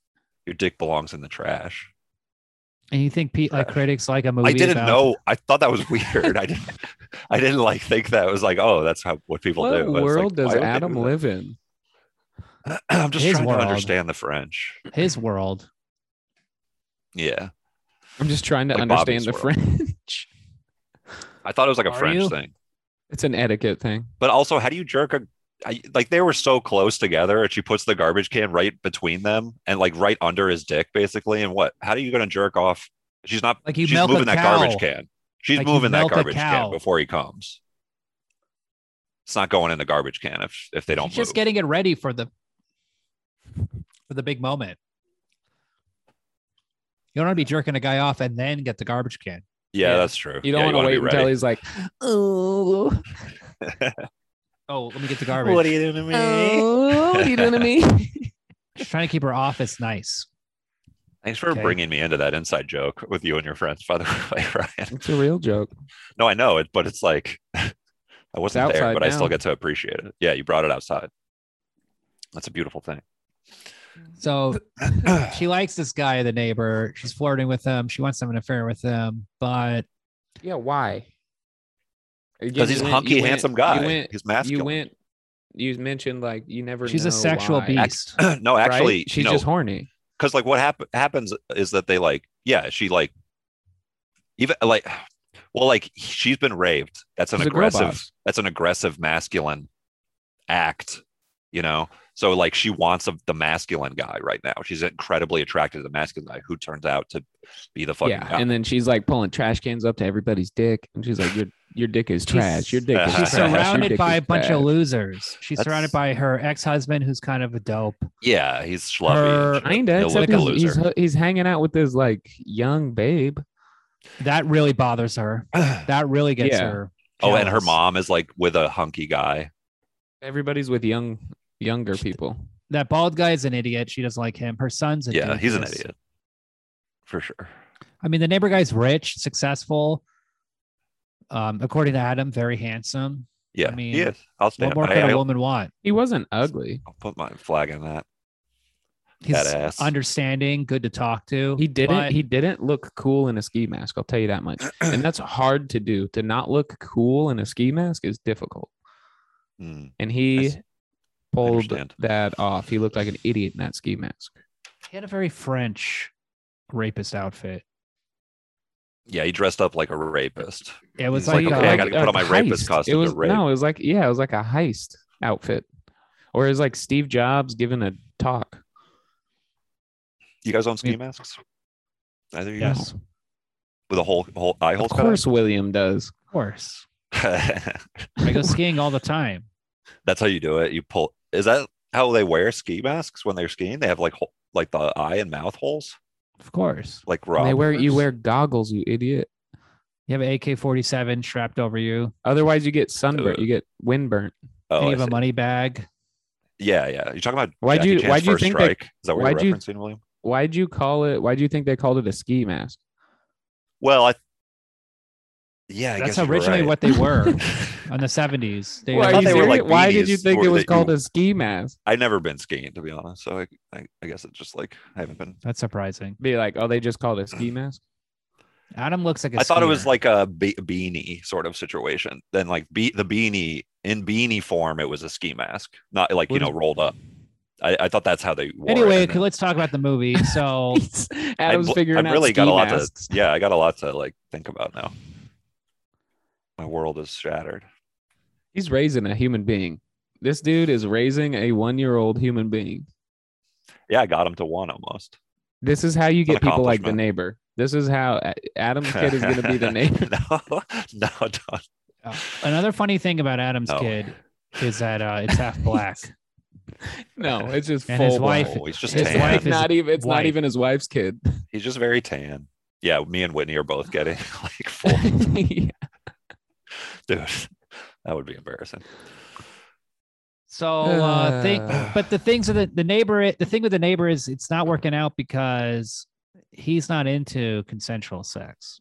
your dick belongs in the trash. And you think pe- like Yeah. critics like a movie? Uh, I didn't about- know. I thought that was weird. I didn't. I didn't like think that it was like, oh, that's how what people "What do. I was like, world why does would they Adam do that? live in?" I'm just His trying world. to understand the French. his world. Yeah, I'm just trying to Like Bobby's understand the French. I thought it was like a Are French you? thing. it's an etiquette thing. But also, how do you jerk a? I, like they were so close together, and she puts the garbage can right between them, and like right under his dick, basically. And what? How are you going to jerk off? She's not. Like you she's milk a moving that garbage cow. can. She's Like you moving that milk a garbage cow. can before he comes. It's not going in the garbage can if if they don't She's just move. getting it ready for the for the big moment. You don't want to be jerking a guy off and then get the garbage can. yeah, Yeah. that's true. You don't Yeah, want to wanna be wait until ready. he's like, "Oh, Oh, let me get the garbage. are you doing to me? oh, what are you doing to me?" She's trying to keep her office nice. Thanks for Okay. bringing me into that inside joke with you and your friends, by the way, Ryan. it's a real joke. No, I know it, but it's like I wasn't there, outside but I still now. get to appreciate it. Yeah, you brought it outside. That's a beautiful thing. So she likes this guy, the neighbor. She's flirting with him. She wants to have an affair with him, but Yeah, why? Because Because he's a hunky, handsome guy. He's masculine. You went. You mentioned like you never. she's know a sexual why, beast. no, right? actually, she's you know, just horny. because like what hap- happens is that they like yeah she like even like well like she's been raped that's an She's a girl aggressive boss. that's an aggressive masculine act you know so like she wants a, the masculine guy right now she's incredibly attracted to the masculine guy who turns out to be the fucking Yeah, guy. and then she's like pulling trash cans up to everybody's dick, and she's like, "Your your dick is trash. Your dick is She's trash. Your surrounded dick by is a bunch trash." of losers. She's That's- surrounded by her ex-husband, who's kind of a dope. yeah he's Her- schlubby and shit. Kinda, He'll look except he's, a he's loser. hu- he's hanging out with this like young babe. That really bothers her. That really gets Yeah. her. oh and her jealous. mom is like with a hunky guy Everybody's with young younger people. That bald guy is an idiot. She doesn't like him. Her son's a yeah, he's an doofus. idiot for sure. I mean, the neighbor guy's rich, successful. Um, according to Adam, very handsome. Yeah, mean, he is. I'll What stand. more by- could I, a will woman want? He wasn't ugly. put my flag in that. He's Badass. understanding, good to talk to. He didn't but- he didn't look cool in a ski mask, I'll tell you that much. and that's hard to do. To not look cool in a ski mask is difficult. Mm. And he Yes. pulled understand. that off. He looked like an idiot in that ski mask. he had a very French rapist outfit. Yeah, he dressed up like a rapist. It was He's like, like, okay, I uh, gotta put on my rapist heist. costume It to was rape. no, it was like yeah, it was like a heist outfit, or it was like Steve Jobs giving a talk. You guys own ski Yeah. masks? Either of you guys? yes, With a whole whole eye hole. Of course, William does. of course. cut? I go skiing all the time. That's how you do it. You pull. Is that how they wear ski masks when they're skiing? They have like hole, like the eye and mouth holes, Of course. like And Rob. They wear you wears? wear goggles, you idiot. You have an AK 47 strapped over you. Otherwise, you get sunburnt. Ugh. You get windburnt. Oh, you I have a see. money bag. yeah, yeah. You're talking about Why'd Jackie you- Chan's why'd you first think they- strike? Is that what why'd you're you- referencing, William? Why'd you call it? Why'd you think they called it a ski mask? Well, I. Yeah, I That's guess you're originally right. what they were in the 70s. They, Well, I Why, thought they were, like, Why did you beanies think or it was that you- called a ski mask? I've never been skiing to be honest, so I, I, I guess it's just like I haven't been. That's surprising. Be like, oh, they just called it a ski mask. Adam looks like a I thought it was skier. like a be- beanie sort of situation. Then like be- the beanie in beanie form, it was a ski mask, not like you What know is- rolled up. I, I thought that's how they. Wore Anyway, it. okay, let's talk about the movie. So I Adam's bl- figuring I've out really ski got a lot masks. to. Yeah, I got a lot to like think about now. My world is shattered. He's raising a human being. This dude is raising a one-year-old human being. Yeah, I got him to one almost. This is how you an get people like the accomplishment. neighbor. This is how A- Adam's kid is going to be the neighbor. no, no, don't. uh, another funny thing about Adam's No. kid is that uh, it's half black. No, it's just And full his wife- blown. Oh, he's just his tan. wife It's is not even. It's white. not even his wife's kid. He's just very tan. Yeah, me and Whitney are both getting like full Yeah. dude. That would be embarrassing. So uh, thing, Ugh. but the things with the, the neighbor, the thing with the neighbor is it's not working out because he's not into consensual sex.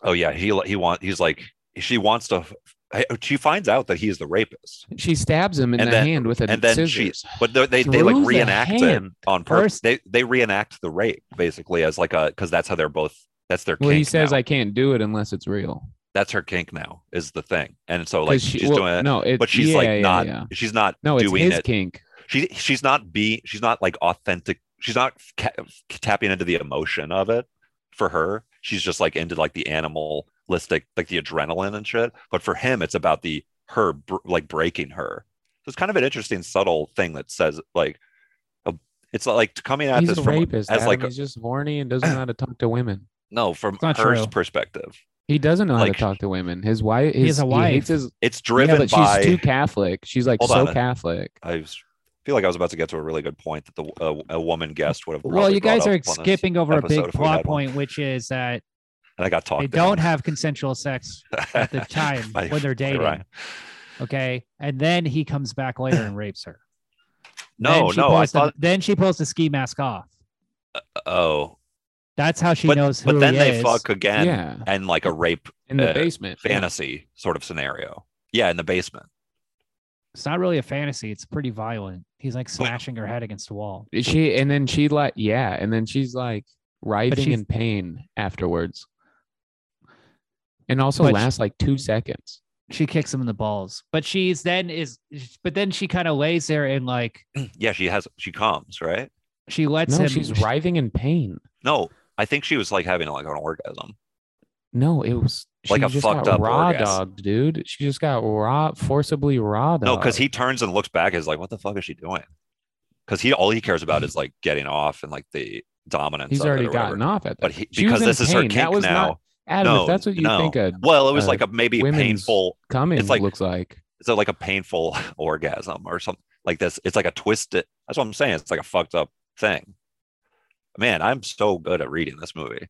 Oh yeah, he li- he want he's like she wants to. I- She finds out that he's the rapist, She stabs him in And the then- hand with a and then scissors. she but they they, they like Through the reenact it hand. on purpose. First- They they reenact the rape basically as like a because that's how they're both. That's their. Well, kink he says now. I can't do it unless it's real. that's her kink now is the thing, and so 'Cause like she- she's well, doing it, no, it, but she's like yeah, yeah, not yeah. she's not No, it's doing his it. kink. She she's not be she's not like authentic. She's not ca- tapping into the emotion of it for her. She's just like into like the animalistic, like the adrenaline and shit. But for him, it's about the her br- like breaking her. So it's kind of an interesting, subtle thing that says like a, it's like coming at He's this a from rapist. as Adam. like a- he's just horny and doesn't know how to talk to women. no from It's her not true. perspective. He doesn't know how Like- to talk to women. His wife, has his, a He wife. hates his, It's yeah, driven but by. she's too Catholic. She's like Hold on so a- Catholic. I was- feel like I was about to get to a really good point that the uh, a woman guest would have. Well, probably you brought guys are up on this, skipping over a episode big if we had plot one. point, which is that and I got talked. they don't have consensual sex have at the time By- when they're dating. Ryan. Okay, and then he comes back later and rapes her. No, Then she no, I pulls the- thought. then she pulls the ski mask off. Oh, That's how she but, knows who but then he they is. fuck again yeah, and like a rape in the uh, basement. yeah. fantasy sort of scenario. Yeah, in the basement. It's not really a fantasy. It's pretty violent. He's like smashing her head against a wall. She and then she like yeah, and then she's like writhing she's- in pain afterwards, and also But she- lasts like two seconds. She kicks him in the balls, but she's then is, but then she kind of lays there and like Hmm. Yeah, she has. She comes right. she lets no, him. she's writhing in pain. No, I think she was like having like an orgasm. No, it was she Like a just fucked got up raw orgasm. dog, dude. She just got raw, forcibly raw dog. No, because he turns and looks back. Is like, what the fuck is she doing? Because he all he cares about is like getting off and like the dominance. he's of it already or whatever. gotten off at that. But he, She was because in this is her pain. kink That was now. not- Adam, no, if that's what you no. think a well, it was uh, like a maybe women's- painful coming like- looks like. it's a- like a painful orgasm or something like this. It's like a twisted. That's what I'm saying. It's like a fucked up thing. Man, I'm so good at reading this movie.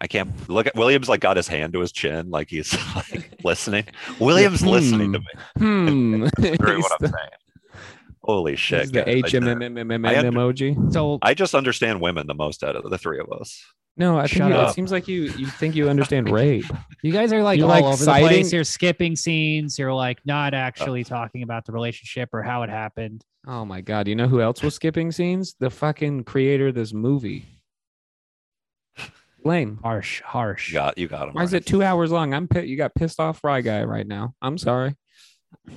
I can't look at Williams like got his hand to his chin, like he's like listening. Williams listening to me. Hmm. Heard He's what I'm the- saying. Holy he's shit. guys. the I- I HMMMMM under- emoji. So I just understand women the most out of the three of us. No, I think Shut you, it up. seems like you you think you understand rape. you guys are like You're, all like, over citing- the place. You're skipping scenes. You're like not Uh, actually talking about the relationship or how it happened. Oh my god! You know who else was skipping scenes? The fucking creator of this movie. Lame. Harsh, harsh. You got you got him. Why is it two hours long? I'm pit. You got pissed off, Fry Guy, right now. I'm sorry.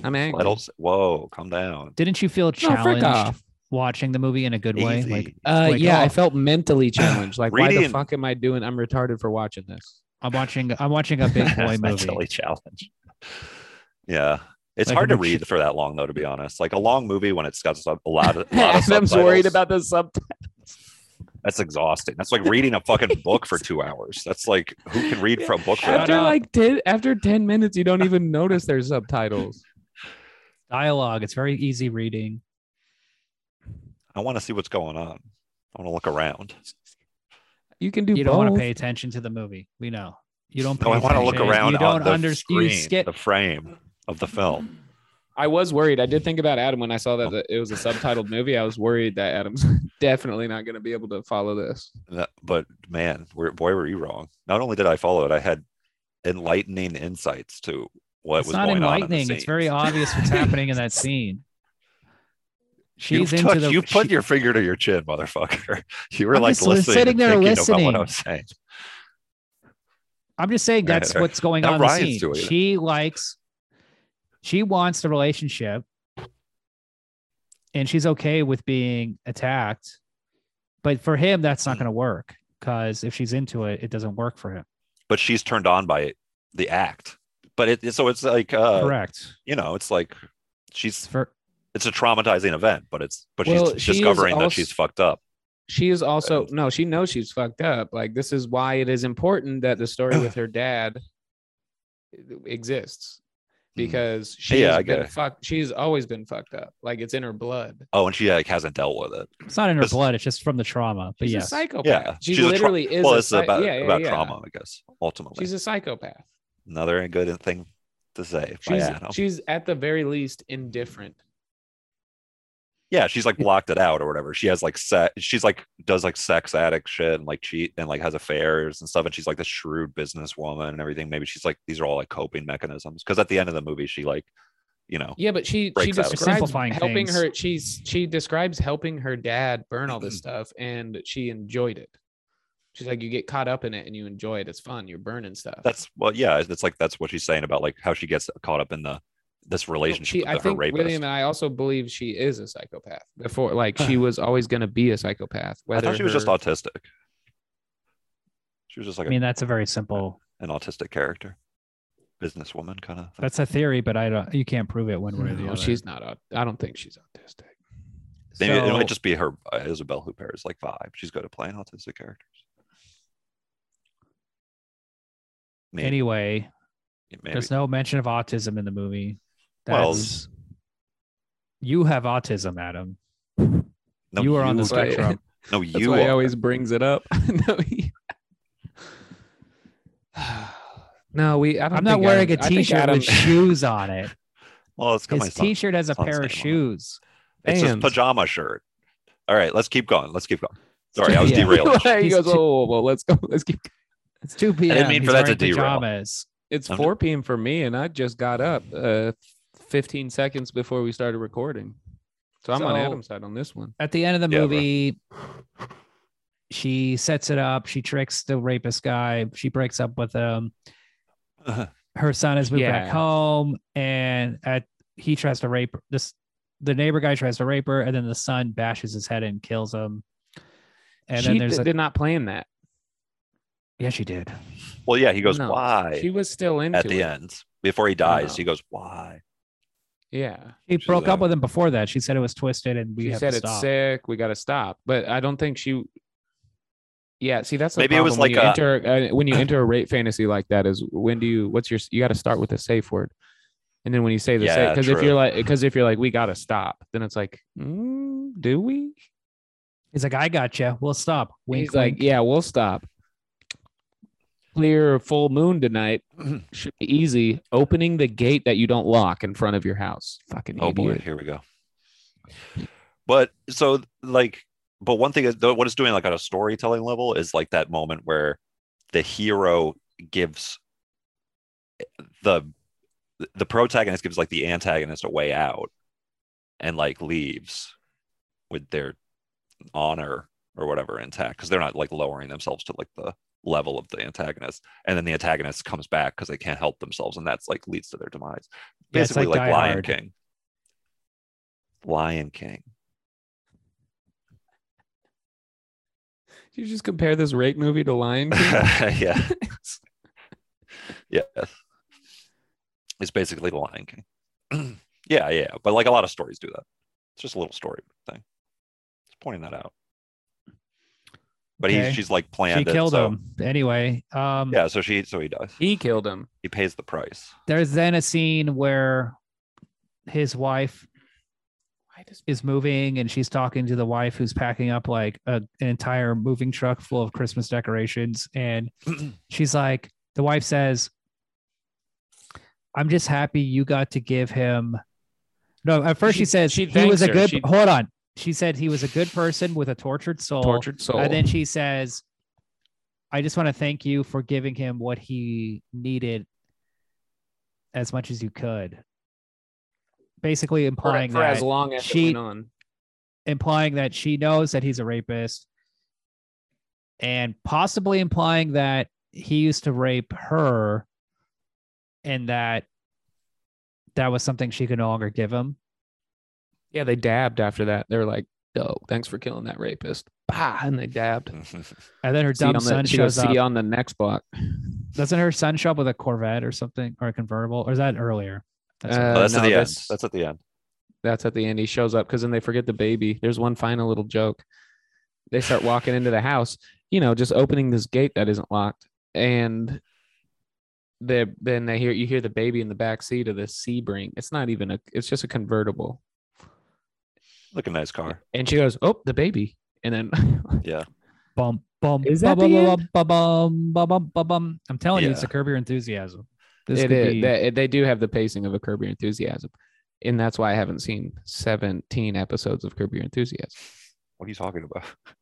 I'm angry. Little, whoa, calm down. Didn't you feel No, frick challenged off. watching the movie in a good way? Easy. Like Uh, Like, yeah, I oh. felt mentally challenged. Like, why the Reading. fuck am I doing? I'm retarded for watching this. I'm watching, I'm watching a big boy It's movie. mentally challenge. Yeah. It's Like, hard to I'm a ch- read for that long though, to be honest. Like a long movie when it's got sub- a lot of, a lot of Adam's worried subtitles, about the sub. that's exhausting. That's like reading a fucking book for two hours. That's like who can read from a book for Shut that? After up. like ten, after ten minutes, you don't even notice there's subtitles. Dialogue. It's very easy reading. I want to see what's going on. I want to look around. You can do you both. don't want to pay attention to the movie. We know you don't. Pay No, I want to look attention. around You don't on the understand. You screen, skip. the frame of the film. I was worried. I did think about Adam when I saw that that it was a subtitled movie. I was worried that Adam's definitely not going to be able to follow this. That- But man, were- boy, were you wrong. Not only did I follow it, I had enlightening insights to what it's was not going on. in the enlightening. It's scene. very obvious what's happening in that scene. She's you've into took- the. you've put she- your finger to your chin, motherfucker. You were I'm like just li- listening, sitting sitting there there listening. about what listening. I was saying. I'm just saying All right, that's all right. what's going Now on. in The Ryan's scene. doing it. She likes. She wants the relationship, and she's okay with being attacked, but for him that's Mm. not going to work because if she's into it, it doesn't work for him. But she's turned on by the act. But it, it- so it's like uh, Correct. you know, it's like she's For it's a traumatizing event, but it's but Well, she's she is discovering that also- she's fucked up. She is also no, she knows she's fucked up. Like this is why it is important that the story with her dad exists because she Hmm. Yeah, has I get been it. fucked. She's always been fucked up. Like it's in her blood. Oh, and she like hasn't dealt with it. it's not in her This- blood; it's just from the trauma. But She's a yes, psychopath. Yeah, she she's a tra- literally is. well, a this is psy- about yeah, yeah, about yeah. trauma, I guess. Ultimately, She's a psychopath. another good thing to say by She's Adam. she's at the very least indifferent. yeah, she's like blocked it out or whatever. She has like sex. She's like does like sex addict shit and like cheat and like has affairs and stuff. And she's like this shrewd businesswoman and everything. Maybe she's like these are all like coping mechanisms. Because at the end of the movie, she like, you know, Yeah, but she she breaks out. We're describes simplifying helping things. her. She's she describes helping her dad burn all this stuff, and she enjoyed it. She's like, you get caught up in it, and you enjoy it. It's fun. You're burning stuff. that's well, yeah, that's like that's what she's saying about like how she gets caught up in the this Well, relationship She, with I her think rapist. William and I also believe she is a psychopath. Before, like she was always going to be a psychopath. I Whether thought she was just her- autistic. She was just like I a- mean that's a very simple. an autistic character, businesswoman kind of. That's a theory, but I don't. You can't prove it one way or the No, other. she's not. au- I don't think she's autistic. Maybe it So- might just be her uh, Isabel Hooper's like vibe. She's good at playing autistic characters. Maybe, anyway. maybe. There's no mention of autism in the movie. Well- That's you have autism, Adam. No, you are on the That's why- spectrum. No, That's you why he are. always brings it up. no, he- No, we. I don't I'm not think wearing a Adam- I think T-shirt Adam- with shoes on it. Well, it's got my His son. T-shirt has a son's pair name on of it. shoes. It's his Vans. pajama shirt. All right, let's keep going. Let's keep going. Sorry, I was Yeah. derailed. he He's goes, too- whoa, "Oh, whoa, whoa, whoa, let's go. Let's keep. It's 2 p.m. mean He's for that to wearing derail. pajamas. It's I'm 4 p.m. for me, and I just got up uh, 15 seconds before we started recording. So I'm on So- Adam's side on this one. At the end of the Yeah, bro. movie, she sets it up. She tricks the rapist guy. She breaks up with him. Her son has moved back Yeah. home, and at he tries to rape this. The neighbor guy tries to rape her, and then the son bashes his head in and kills him. And she then there's d- a, did not plan that. yeah, she did. well, yeah, he goes No, why She was still into at the it. end before he dies. No. He goes why. Yeah. She She's broke up out. with him before that. She said it was twisted, and we she have said to it's stop. sick. We got to stop. But I don't think she. Yeah, see, that's the Maybe it was problem when like you enter, uh, when you enter a rape fantasy like that. Is when do you? What's your? You got to start with a safe word, and then when you say the Yeah, safe, because if true. you're like, because if you're like, we got to stop, then it's like, mm, do we? He's like, "I got you. We'll stop." Wink, He's like, wink. yeah, we'll stop. clear full moon tonight should be easy. Opening the gate that you don't lock in front of your house. Fucking Oh boy, idiot. here we go. But so like, but one thing is though, what it's doing like on a storytelling level is like that moment where the hero gives the the protagonist gives like the antagonist a way out and like leaves with their honor or whatever intact because they're not like lowering themselves to like the level of the antagonist and then the antagonist comes back because they can't help themselves and that's like leads to their demise Yeah, it's basically like like, Die lion Hard. king lion king You just compare this rape movie to Lion King. yeah yes it's basically the lion king yeah yeah but like a lot of stories do that it's just a little story thing just pointing that out but Okay. he, she's like She planned it, killed so- him. Anyway, um, yeah so she so he does he killed him. he pays the price there's then a scene where his wife Why does is moving and she's talking to the wife who's packing up like a, an entire moving truck full of Christmas decorations. And she's like, the wife says, I'm just happy you got to give him. No, at first she, She- says she he was thanks a her. good. She- hold on. She said he was a good person with a tortured soul. tortured soul? And then she says, I just want to thank you for giving him what he needed as much as you could. Basically for, implying for that as long as she- it went on. implying that she knows that he's a rapist and possibly implying that he used to rape her and that that was something she could no longer give him. Yeah, they dabbed after that. They were like, "Oh, thanks for killing that rapist." Bah, and they dabbed. And then her See you dumb on the- son she goes, shows "See uh, up. you on the next block. Doesn't her son show up with a Corvette or something or a convertible? Or is that earlier? That's Uh, Oh, that's no, at the that's- end that's at the end That's at the end. He shows up because then they forget the baby. There's one final little joke. They start walking into the house, you know, just opening this gate that isn't locked, and they then they hear you hear the baby in the back seat of the Sebring. It's not even a. It's just a convertible. look a nice car And she goes, "Oh, the baby," and then bum bum Is that bum, the bum, bum, bum, bum, bum, bum, bum. I'm telling you, it's Yeah. a curb your enthusiasm. This It could is. be They, they do have the pacing of a Curb Your Enthusiasm, and that's why I haven't seen 17 episodes of Curb Your Enthusiasm. what are you talking about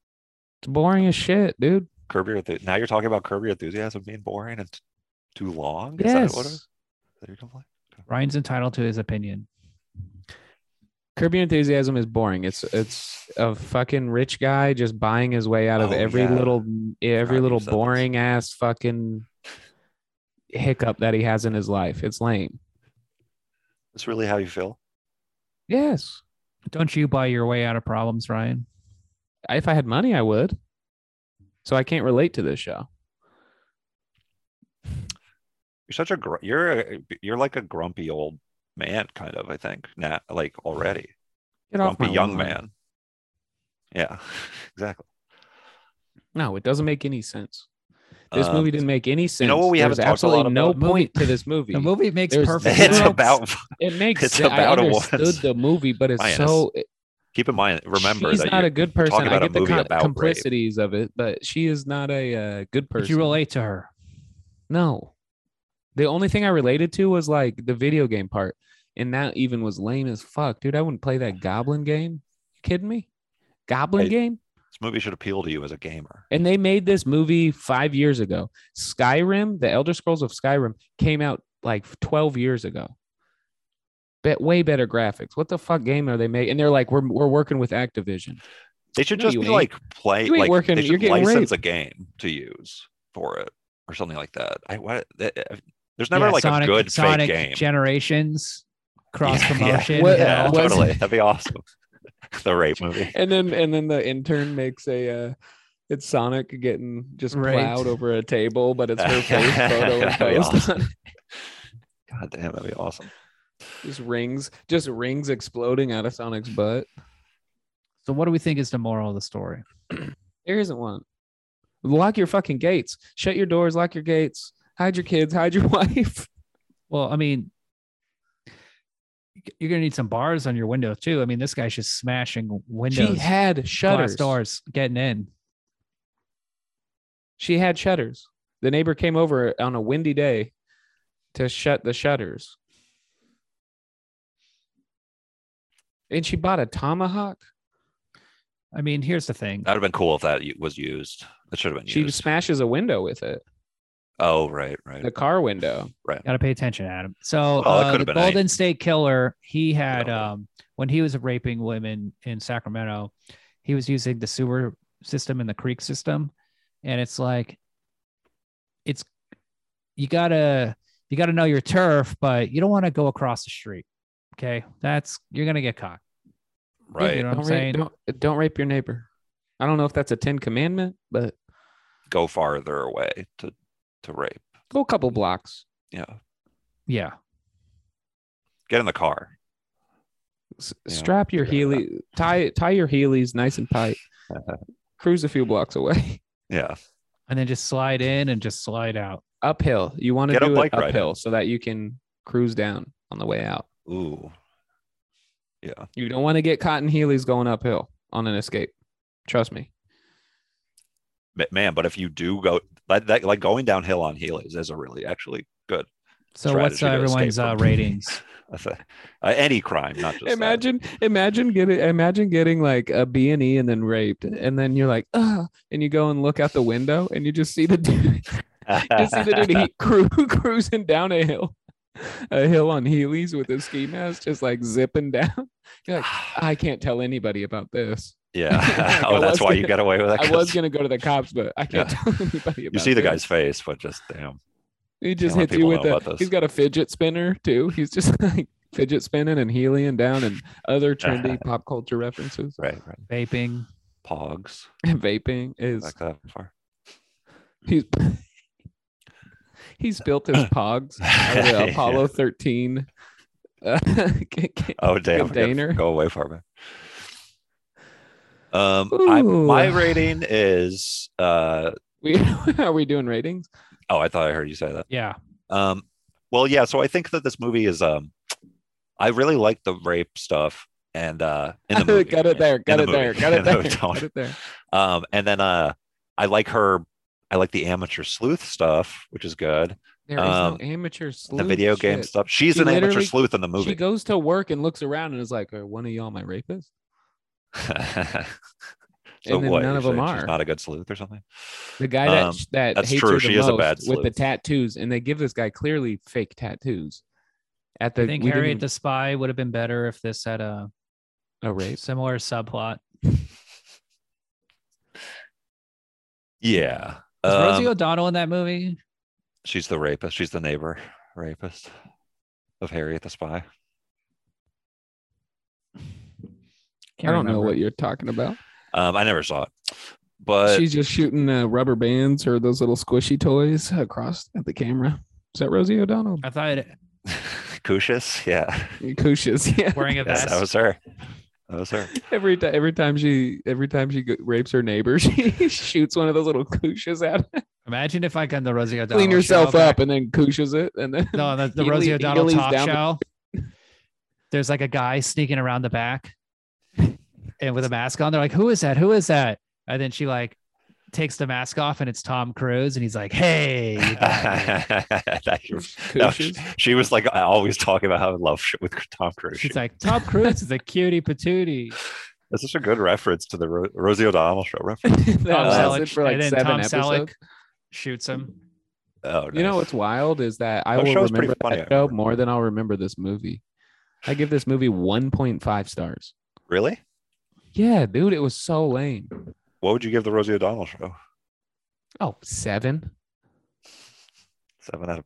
It's boring as shit, dude. curb your Enthu- now you're talking about curb your enthusiasm being boring and t- too long is that what it is Yes. Is that your complaint? Ryan's entitled to his opinion. Curb Your Enthusiasm is boring. It's it's a fucking rich guy just buying his way out of Oh, every yeah. little every you little said this. boring ass fucking hiccup that he has in his life. It's lame. that's really how you feel Yes. Don't you buy your way out of problems, Ryan? If I had money, I would. So I can't relate to this show. You're such a gr- you're a, you're like a grumpy old man, kind of. I think now, like already Get off grumpy my young lawn. man. Yeah, exactly. No, it doesn't make any sense. This Um, movie didn't make any sense. know what we There's haven't talked a lot absolutely no about? point to this movie. The movie makes There's- perfect It's It's sense. Well, about. it makes it's sense. I about a woman. understood the movie, but it's so. Keep in mind. Remember she's that not you- a good person. I about a get the movie con- about rape. complicities of it, but she is not a uh, good person. Did you relate to her? No. The only thing I related to was like the video game part, and that even was lame as fuck, dude. I wouldn't play that Goblin game. You kidding me? Goblin Hey, game. this movie should appeal to you as a gamer. And they made this movie five years ago. Skyrim, the Elder Scrolls of Skyrim, came out like 12 years ago. Bet way better graphics. What the fuck game are they making? And they're like, we're, we're working with Activision. They should No, just you be ain't. like play. You ain't like, working- They you're should getting license a game to use for it or something like that. I what? that- eh, There's never Yeah, like Sonic, a good Sonic fake game. Generations cross Yeah, yeah. promotion. What- hell. yeah, was- totally. That'd be awesome. the rape movie. And then and then the intern makes a uh, it's Sonic getting just Raped. plowed over a table, but it's her face photo and That'd be post awesome. on it. God damn, that'd be awesome. just rings, just rings exploding out of Sonic's butt. So what do we think is the moral of the story? There isn't one. Lock your fucking gates. Shut your doors. Lock your gates. Hide your kids. Hide your wife. Well, I mean, you're gonna need some bars on your window too. I mean, this guy's just smashing She windows, had glass shutters. doors, getting in. She had shutters. The neighbor came over on a windy day to shut the shutters. And she bought a tomahawk. I mean, here's the thing. That would have been cool if that u- was used. That should have been She used. smashes a window with it, Oh, right, right. the car window. Got to pay attention, Adam. So Well, it uh, Oh, could've the been Golden State Killer, he had Yeah. um, when he was raping women in Sacramento, he was using the sewer system and the creek system, and it's like, it's you gotta you gotta know your turf, but you don't want to go across the street. Okay, that's you're gonna get caught. right. You know what I'm Don't, saying? rape, don't, don't rape your neighbor. I don't know if that's a 10 commandment, but Go farther away to to rape. go a couple blocks. Yeah. Yeah, Get in the car. S- Yeah. Strap your Heelys, tie, tie your Heelys nice and tight. Cruise a few blocks away. Yeah. and then just slide in and just slide out. uphill. You want to Get a do it bike ride in. uphill so that you can cruise down on the way out. Ooh. You don't want to get cotton Heelys going uphill on an escape. Trust me. Ma- Man, but if you do go that, that like going downhill on heelys is a really actually good So Strategy what's uh, to escape everyone's uh, from- ratings? that's a- uh, any crime, not just that. imagine, imagine getting, imagine getting like a B and E and then raped, and then you're like, ah, and you go and look out the window and you just see the dude, you see the dude he cru- cruising down a hill, a hill on Heelys with a ski mask, just like zipping down. You're like, I can't tell anybody about this. yeah. Like, I oh, that's was why you gonna- got away with that. I 'cause was gonna go to the cops, but I can't tell anybody. About you see the this. guy's face, but just damn. He just let hits you people know with a. about this. He's got a fidget spinner too. He's just like fidget spinning and helium down and other trendy pop culture references. Right, right. Vaping. Pogs. And vaping is Back that far. he's he's built his pogs out of the Yeah. Apollo thirteen. Uh, c- c- Oh damn! I gotta container. Go away far back. Um, I, my Ooh. rating is. uh we, are we doing ratings? Oh, I thought I heard you say that. Yeah, Um, well, yeah. So I think that this movie is. Um, I really like the rape stuff, and uh, in the movie, got it there. Got the it there. movie. Got it In the there. hotel. Got it there. Um, and then uh, I like her. I like the amateur sleuth stuff, which is good. There is Um, no amateur sleuth. The video game shit. stuff. She's She an amateur literally- sleuth in the She movie. goes to work and looks around and is like, "Are one of y'all my rapists?" so And then what? none you're of 'em saying she's are. Not a good sleuth or something. The guy that Um, that that's hates true. her the She is a most bad with the sleuth. tattoos, and they give this guy clearly fake tattoos. At the I think we didn't Harriet even- the Spy would have been better if this had uh, a oh, rape. similar subplot. Yeah. Is Rosie Um, O'Donnell in that movie? She's the rapist. She's the neighbor rapist of Harriet the Spy. I Can't don't know remember. what you're talking about. Um, I never saw it, but She's just shooting uh, rubber bands or those little squishy toys across at the camera. Is that Rosie O'Donnell? I thought it- Kushis, yeah, Cooches, yeah. wearing a yes, vest. that was her. That was her. Every time, every time she, every time she go- rapes her neighbor, she shoots one of those little cooches at. Her. Imagine if I got the Rosie O'Donnell. Clean show yourself back- up, and then cooches it, and then No, the, the He Rosie lea- he O'Donnell leans talk down the- show. There's like a guy sneaking around the back, and with a mask on. They're like, "Who is that? Who is that?" And then she like takes the mask off, and it's Tom Cruise, and he's like, "Hey, you got me." That- that was- cooches. she was like always talking about how in love she- with Tom Cruise. she's like, "Tom Cruise is a cutie patootie." That's such a good reference to the Ro- Rosie O'Donnell show reference. Tom that lasted Selleck- for like and then seven Tom episodes. Selleck shoots him. Oh, nice. You know what's wild is that I That will show was pretty remember funny, I that show remember. more than I'll remember this movie. I give this movie 1.5 stars. really? Yeah, dude, it was so lame. What would you give the Rosie O'Donnell show? Oh, seven Seven out of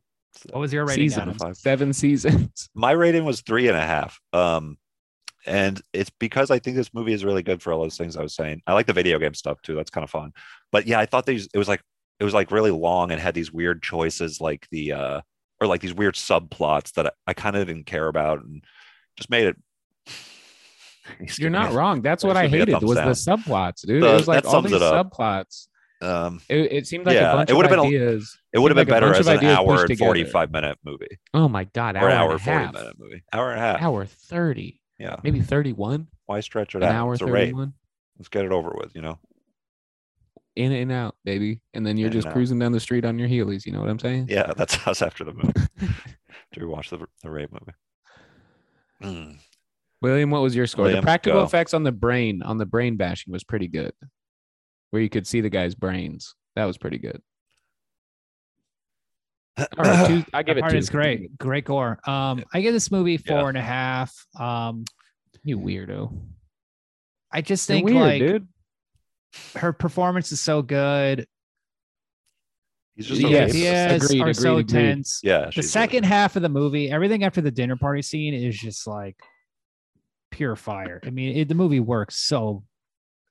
What was your rating? seasons, Adam? Adams. seven seasons. my rating was three and a half. Um, and it's because I think this movie is really good for all those things I was saying. I like the video game stuff too. That's kind of fun. But yeah, I thought these it was like it was like really long and had these weird choices like the uh or like these weird subplots that I, I kind of didn't care about and just made it. Excuse You're not me. wrong. That's That what I should be a hated thumbs was the down. subplots, dude. The- it was like that all sums these it up. subplots. Um, It, it seemed like Yeah, a bunch it of would've been a- ideas. it would have like been a better bunch as of an ideas pushed hour and together. 45 minute movie oh my god, hour, or an and hour a 40 half, minute movie. Hour and a half. hour thirty, Yeah. maybe thirty-one, Why stretch it an out? hour it's a rape. thirty-one. Let's get it over with, you know? in and out, baby. And then you're In just and out. cruising down the street on your heelys. You know what I'm saying? Yeah, that's us after the movie. Do we watch the, the rape movie? Mm. William, what was your score? William, the practical go. effects on the brain, on the brain bashing was pretty good. Where you could see the guy's brains. That was pretty good. All right, two, I give That it part two. is great. Great gore. Um, I give this movie Yeah. four and a half. Um, You weirdo. I just They're think weird, like dude. her performance is so good. He's just The a Yes. rapist. ideas Agreed, are so agreed, agreed. tense. Yeah. The she's a- second half of the movie, everything after the dinner party scene is just like pure fire. I mean, it, the movie works so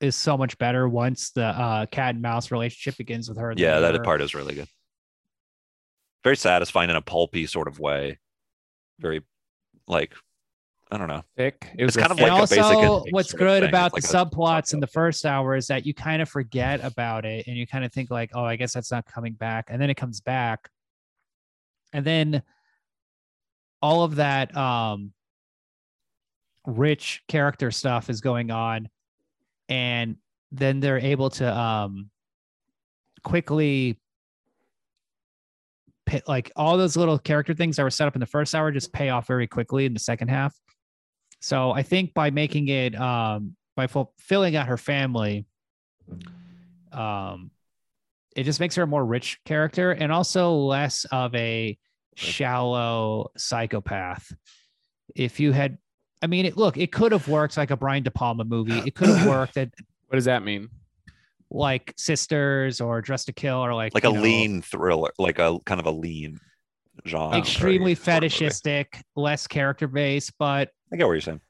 is so much better once the uh, cat and mouse relationship begins with her. and the yeah, that neighbor. part is really good. Very satisfying in a pulpy sort of way. Very, like, I don't know. Thick. It was It's kind a of thick- like and a basic also, instinct what's sort of good thing. about It's the like a- subplots in the first hour is that you kind of forget about it and you kind of think like, oh, I guess that's not coming back, and then it comes back, and then all of that um, rich character stuff is going on, and then they're able to um, quickly. pay- Like all those little character things that were set up in the first hour just pay off very quickly in the second half. So I think by making it um by fulfilling out her family, um it just makes her a more rich character and also less of a shallow psychopath. If you had I mean it look, it could have worked like a Brian De Palma movie. It could have worked at What does that mean? like sisters or dress to kill or like Like a you know, lean thriller, like a kind of a lean genre. extremely sort of movie. fetishistic, less character based, but I get what you're saying.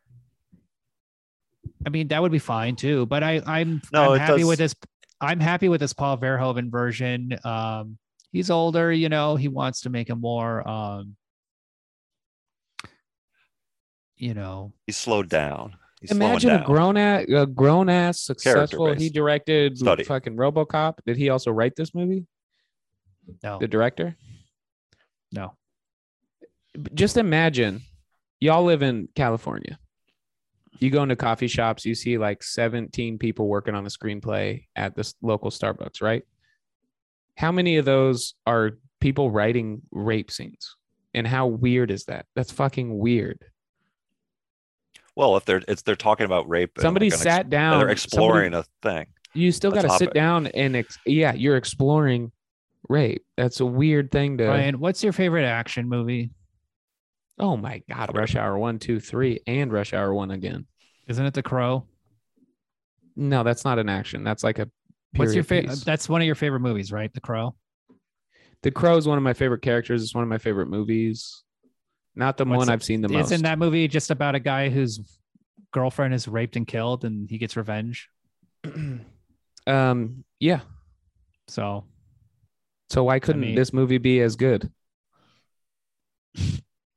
I mean, that would be fine too. But I, I'm, No, I'm it happy does- with this. I'm happy with this Paul Verhoeven version. Um, he's older, you know. He wants to make a more, um, you know, He's slowed down. He's Imagine slowing a down. grown ass, a grown ass successful. He Character-based. directed Study. fucking RoboCop. Did he also write this movie? no, The director. no. b- just imagine y'all live in California. You go into coffee shops, you see like 17 people working on a screenplay at this local Starbucks, right? How many of those are people writing rape scenes? And how weird is that? That's fucking weird. Well, if they're it's they're talking about rape, and, Somebody like, an ex- sat down. and they're somebody- exploring a thing. you still a got to sit topic. down and ex- yeah, you're exploring rape. That's a weird thing to. Ryan, what's your favorite action movie? Oh my god! Rush Hour one, two, three, and Rush Hour one again. Isn't it The Crow? No, that's not an action. That's like a. What's your uh, period favorite? piece. That's one of your favorite movies, right? The Crow. The Crow is one of my favorite characters. It's one of my favorite movies. Not the What's one it- I've seen the most. Isn't that movie just about a guy whose girlfriend is raped and killed, and he gets revenge? um, yeah. So So why couldn't mean- this movie be as good?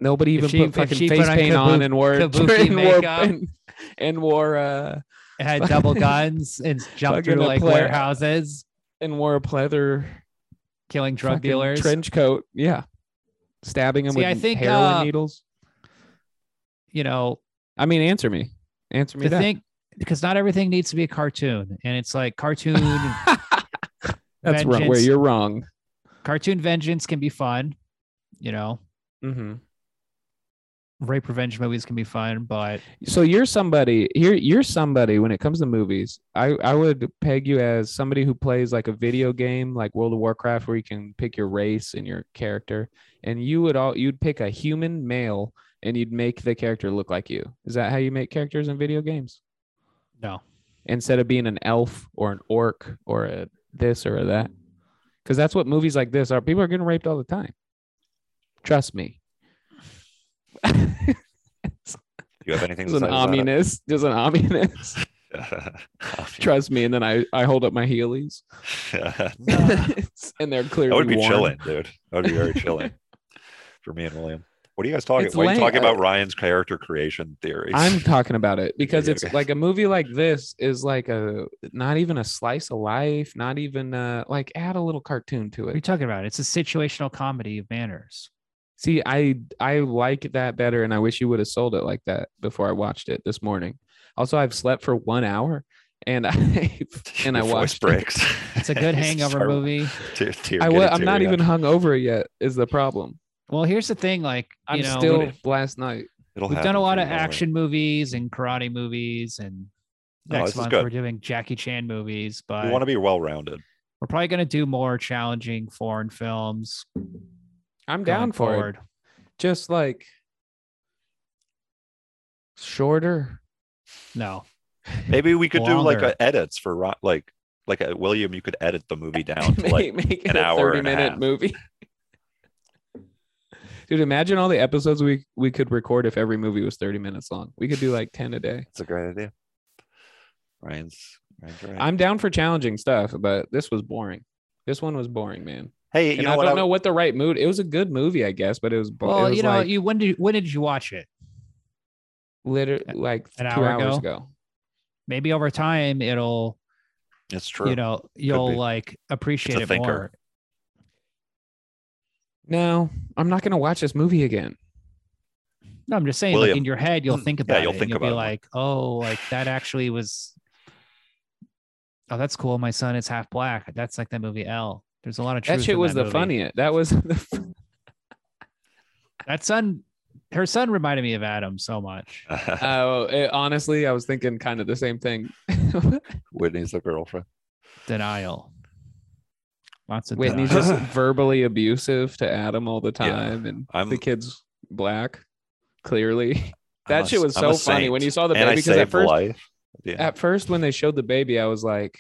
Nobody If even she- put if fucking she face put on paint on kabu- and wore and kabuki wore, makeup. and, and wore uh it had double guns and jumped Fucking through a like player. warehouses. and wore a pleather killing drug fucking dealers. trench coat. Yeah, stabbing him See, with I think, heroin uh, needles. You know, I mean, answer me. Answer me the that. thing because not everything needs to be a cartoon, and it's like cartoon That's wrong, where vengeance- you're wrong. cartoon vengeance can be fun. You know, Mm-hmm. rape revenge movies can be fun, but so you're somebody you're you're somebody when it comes to movies i i would peg you as somebody who plays like a video game like world of warcraft where you can pick your race and your character and you would all you'd pick a human male and you'd make the character look like you is that how you make characters in video games no. instead of being an elf or an orc or a this or a that because that's what movies like this are people are getting raped all the time trust me Do you have anything Just to an say about it? ominous just an ominous trust me and then i i hold up my heelys that and they're clearly would be worn. chilling, dude. That would be very chilling for me and William. What are you guys talking? It's Why are you lame. talking I- about Ryan's character creation theories? i'm talking about it because Yeah, it's okay. like a movie like this is like a not even a slice of life not even uh like add a little cartoon to What are you it talking about? It's a situational comedy of manners. see i i like that better and i wish you would have sold it like that before i watched it this morning also i've slept for one hour and I and I Your voice watched. it. breaks. It's a good You hangover start movie. tear- tear- I getting am not teary-eyed. even hung over yet. Is the problem? Well, here's the thing. Like, I'm you know, still we've, last night. It'll we've done happen a lot for of you, don't worry. action movies and karate movies, and Oh, No, next this is month good. we're doing Jackie Chan movies. But We want to be well rounded. we're probably going to do more challenging foreign films. I'm going down for it. forward. Just like shorter. No, Maybe we could do like Longer. a, edits for Ro- like like a, William. You could edit the movie down to make, like make it an a hour and a 30 minute half. movie. Dude, imagine all the episodes we we could record if every movie was 30 minutes long. We could do like 10 a day. That's a great idea. Ryan's, Ryan's right. I'm down for challenging stuff, but this was boring. This one was boring, man. hey, you and know I what? don't I, know what the right mood. It was a good movie, I guess, but it was. bo- it well, was you know, like, you when did when did you watch it? literally like An two hour ago? hours ago. Maybe over time it'll It's true. you know you'll be. like appreciate it thinker. more. No, I'm not gonna watch this movie again. No, I'm just saying, like William. Hmm. in your head, you'll think Yeah, about you'll it. think and you'll about be it more. like, oh, like that actually was. Oh, that's cool. My son is half black. That's like that movie L. There's a lot of truth. that shit in was that the movie. funniest. That was the That son, her son, reminded me of Adam so much. Oh, it- honestly, I was thinking kind of the same thing. Whitney's the girlfriend. Denial. Lots of Whitney's denial. just verbally abusive to Adam all the time, and I'm the kid's black. Clearly, I'm that a- shit was I'm a so funny when saint. you saw the and I baby. Because saved at first, life. Yeah. at first, when they showed the baby, I was like,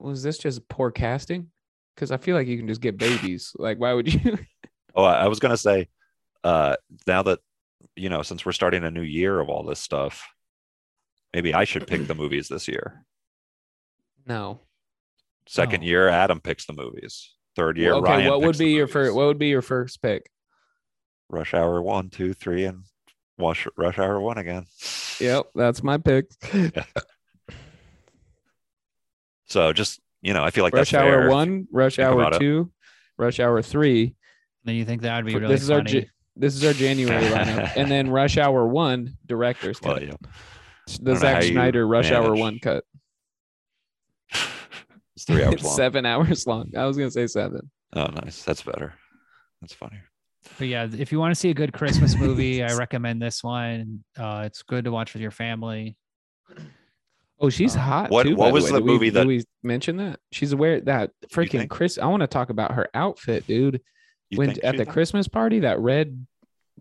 "Was this just poor casting?" Because I feel like you can just get babies. Like, why would you? Oh, I I was gonna say, uh, now that you know, since we're starting a new year of all this stuff, maybe I should pick the movies this year. no. Second No. year, Adam picks the movies. Third year, Oh. okay, Ryan what would picks the be your movies. first? What would be your first pick? Rush Hour one, two, three, and Wash Rush Hour one again. Yep, that's my pick. So just you know, I feel like rush that's hour fair. one, rush Think about hour it. two, rush hour three. Then you think that would be For- really this is our funny. J- This is our January lineup, and then rush hour one director's Well, cut. yeah. the know how Zack you Snyder rush hour manage one cut. It's three hours It's long. seven hours long. I was gonna say seven. Oh, nice. That's better. That's funnier. but yeah, if you want to see a good Christmas movie, I recommend this one. Uh, it's good to watch with your family. Oh, she's Uh, hot. what- too, what by was way. the Did we- movie did that- we mentioned that she's aware that freaking think? Chris? I want to talk about her outfit, dude. You when think at she- the Christmas party, that red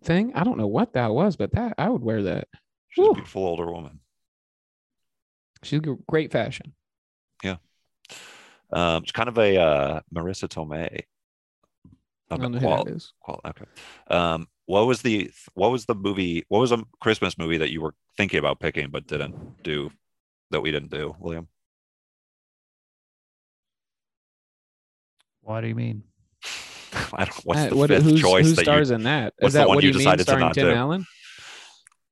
thing. I don't know what that was, but that I would wear that. she's Whew. a beautiful older woman. She's g- great fashion. Um, it's kind of a uh, Marissa Tomei. I Um, don't know who qual- that is. qual- okay. Um, what was the what was the movie? What was a Christmas movie that you were thinking about picking but didn't do? That we didn't do, William. What do you mean? I don't. What's Uh, the what- fifth who's- choice who that stars you? in that? Is what's the that one what you do you mean decided to starring not Tim do? Allen?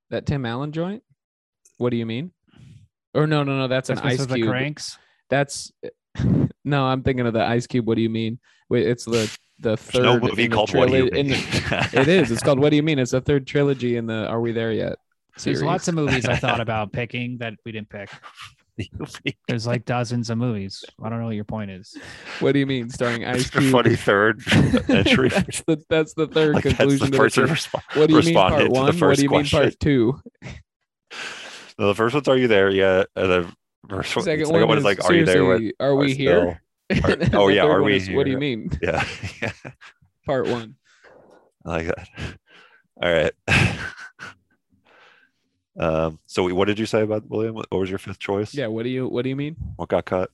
That Tim Allen joint? What do you mean? Or no, no, no. That's an Christmas Ice with the Cube. Cranks. That's no. I'm thinking of the Ice Cube. What do you mean? Wait, it's the the There's third. no in movie the called What Do You trilo- in Mean? the- it is. It's called What Do You Mean? It's the third trilogy in the Are We There Yet? There's Series. lots of movies I thought about picking that we didn't pick. There's like dozens of movies. I don't know what your point is. What do you mean? Starring Ice It's Cube. the funny third entry. that's the that's the third Like, that's conclusion. the to person the thing. resp- what do you responded mean part to the one? what first do you mean question. part two? No, the first one's "Are you there yet?" And the first one, second, one, is like "Are you there?" With, seriously, Are we here? Are- And then oh, the yeah, third are one we is, What do here? you mean? Yeah, yeah, Part one. I like that. All right. um. So, we- what did you say about William? What was your fifth choice? Yeah. What do you What do you mean? What got cut?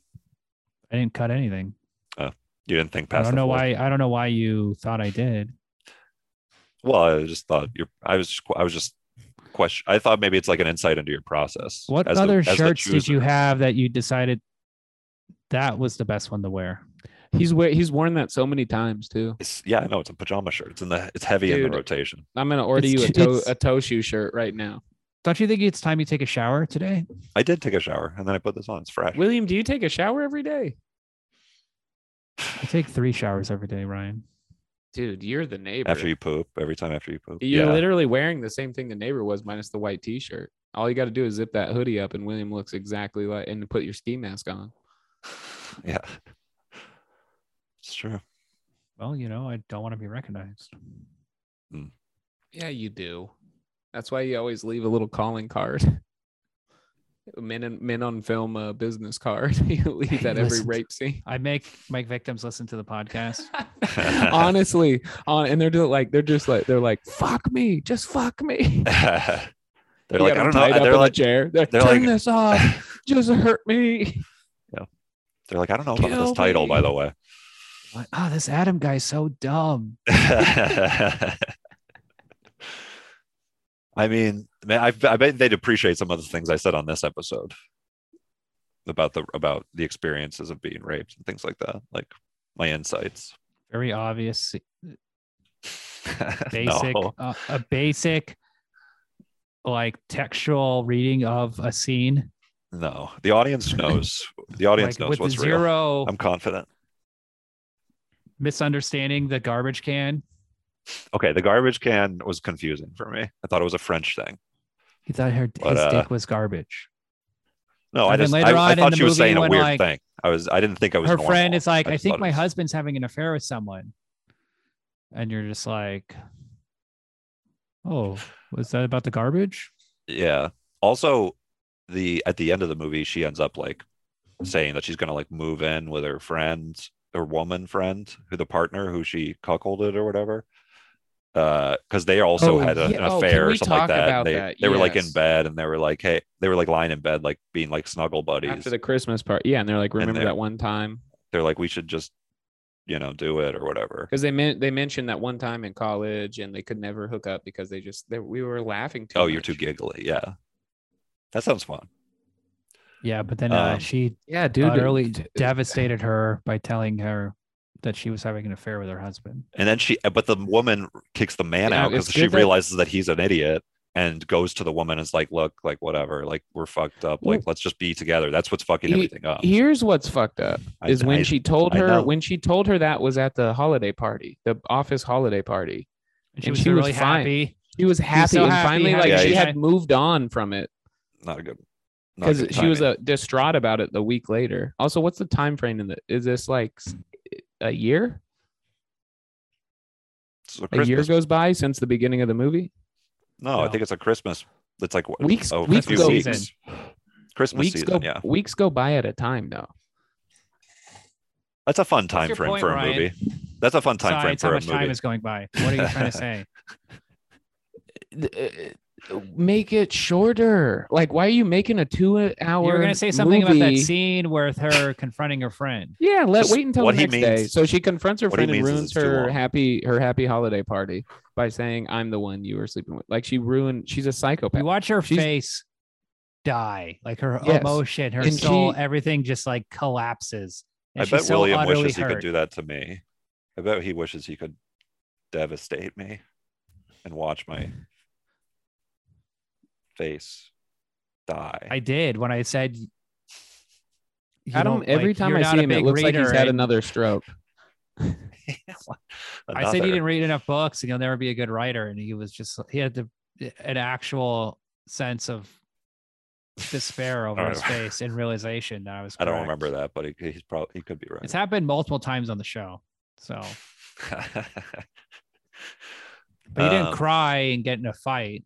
I didn't cut anything. You didn't think I past. don't the know fourth. why. I don't know why you thought I did. Well, I just thought you're. I was. Just, I was just question. I thought maybe it's like an insight into your process. What as the- other as the shirts did you chooser. have that you decided that was the best one to wear? He's wear, He's worn that so many times too. It's, yeah, I know it's a pajama shirt. It's in the. It's heavy in Dude. the rotation. I'm gonna order It's- you a toe it's- a toe shoe shirt right now. Don't you think it's time you take a shower today? I did take a shower and then I put this on. It's fresh. William, do you take a shower every day? I take three showers every day, Ryan. Dude, you're the neighbor. after you poop, every time after you poop. You're yeah. literally wearing the same thing the neighbor was, minus the white T-shirt. All you got to do is zip that hoodie up, and William looks exactly like, and put your ski mask on. Yeah. It's true. Well, you know, I don't want to be recognized. Yeah, you do. That's why you always leave a little calling card. Men and men on film uh, business card. you leave that every Listen to- rape scene. I make make victims listen to the podcast. Honestly, on and they're just like they're just like they're like fuck me, just fuck me. they're like, You got I don't them know. tied up in They're a like, chair. They're, they're turn like- this off. just hurt me. they're like, I don't know about Kill this title, by me. the way. Like, oh, this Adam guy's so dumb. I mean, man, I, I bet they'd appreciate some of the things I said on this episode about the about the experiences of being raped and things like that, like my insights. Very obvious, basic, No. uh, a basic, like textual reading of a scene. No, the audience knows. The audience like knows with what's the real. zero I'm confident. misunderstanding the garbage can. Okay, the garbage can was confusing for me. I thought it was a French thing. He thought her But, his uh, dick was garbage. No, And I then just later I, on I in thought the she was movie, saying a when, weird like, thing. I was I didn't think I was Her normal. friend is like, I, just think thought it my was- husband's having an affair with someone, and you're just like, oh, was that about the garbage? Yeah. Also, the at the end of the movie, she ends up like saying that she's gonna like move in with her friend, her woman friend, who the partner who she cuckolded or whatever. Uh, because they also Oh, had a- yeah. an Oh, affair can or we something like talk that. about they that? they were like in Yes. bed and they were like, hey, they were like lying in bed, like being like snuggle buddies. After the Christmas part, yeah, and they're like, And remember they're- that one time They're like, we should just, you know, do it or whatever. because they meant they mentioned that one time in college, and they could never hook up because they just they, we were laughing too. Oh, you're too much. giggly. Yeah. That sounds fun. Yeah, but then uh, Um, she Yeah, dude. utterly d- devastated her by telling her that she was having an affair with her husband. And then she, but the woman kicks the man Yeah, out because it's she good that- realizes that he's an idiot and goes to the woman and is like, look, like, whatever, like, we're fucked up. Like, Well- let's just be together. That's what's fucking He- everything up. Here's what's fucked up. I- is when I- she told I her know. when she told her that was at the holiday party, the office holiday party. And she And was she was really fine. happy. She was happy so and happy, finally happy, like she happy. had moved on from it not a good, not a because good she was timing. uh, distraught about it the week later. Also, what's the time frame in the is this like s- a year? It's a A year Christmas- goes by since the beginning of the movie. No, I No. think it's a Christmas. It's like what, oh, Weeks- a weeks few go- weeks. Christmas weeks season. go Yeah. weeks go by at a time though. That's a fun What's time your frame point, for a Ryan? movie. That's a fun time frame Besides, for how a much movie. time is going by? What are you trying to say? Th- uh, Make it shorter. Like, why are you making a two-hour? you were going to say something about that movie? scene with her confronting her friend. Yeah, let Just wait until what the he next day. means- So she confronts her what he friend and means is ruins it's too her long. happy her happy holiday party by saying, "I'm the one you were sleeping with." Like she ruined. She's a psychopath. You watch her She's- face die, like her Yes. emotion, her And soul, she- everything just like collapses. And I she's bet so William utterly wishes he hurt. could do that to me. I bet he wishes he could devastate me and watch my face die. I did when I said. you Adam. don't- every like, time you're I not see a him, it big looks like he's reader had and another stroke. I said Another. he didn't read enough books and he'll never be a good writer. And he was just, he had the, an actual sense of despair over don't his know. face and realization that I was. I don't correct. remember that, but he, he's probably he could be right. It's happened multiple times on the show. So, but you didn't Um, cry and get in a fight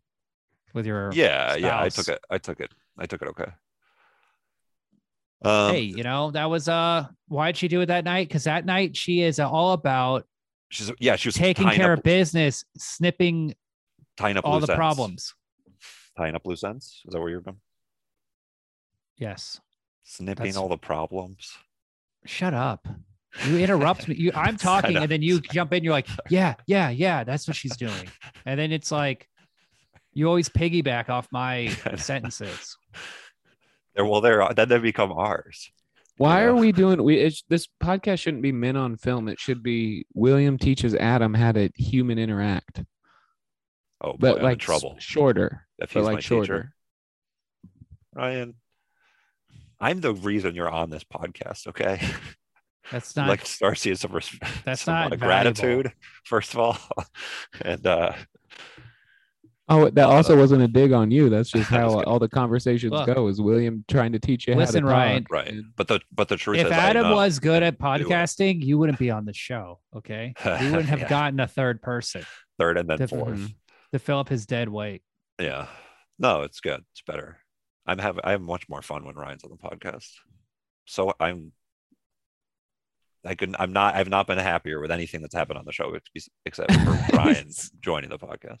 with your. yeah, yeah. I took spouse. it. I took it. I took it. Okay. Um, hey, you know that was uh. Why'd she do it that night? Because that night she is all about she's yeah. She was taking tying care up, of business, snipping tying up all loose the ends. problems. Tying up loose ends. Is that where you're going? Yes. Snipping That's- all the problems. Shut up. You interrupt me. You, I'm Sorry, talking, no, and then you jump in. You're like, yeah, yeah, yeah. That's what she's doing. And then it's like, you always piggyback off my I know. sentences. They're, well, they're then they become ours. Why Yeah. are we doing? We it's, this podcast shouldn't be men on film. It should be William teaches Adam how to human interact, Oh, boy, but I'm in like s- trouble. shorter, If but he's my like teacher, shorter. Ryan, I'm the reason you're on this podcast. Okay, That's I'd not. like to start seeing some res- That's some, uh, not valuable. gratitude first of all, and uh, Oh, that also wasn't a dig on you. That's just how That's all the conversations Look. go. Is William trying to teach you Listen, how to Ryan, talk? Right. and- But the but the truth if is, Adam I know. was good at Do it. podcasting, you wouldn't be on the show. Okay. You wouldn't have Yeah. gotten a third person third and then Def- fourth. Mhm. to fill up his dead weight. Yeah. No, it's good. It's better. I'm have I have much more fun when Ryan's on the podcast. So I'm I couldn't I'm not I've not been happier with anything that's happened on the show ex- except for Ryan joining the podcast.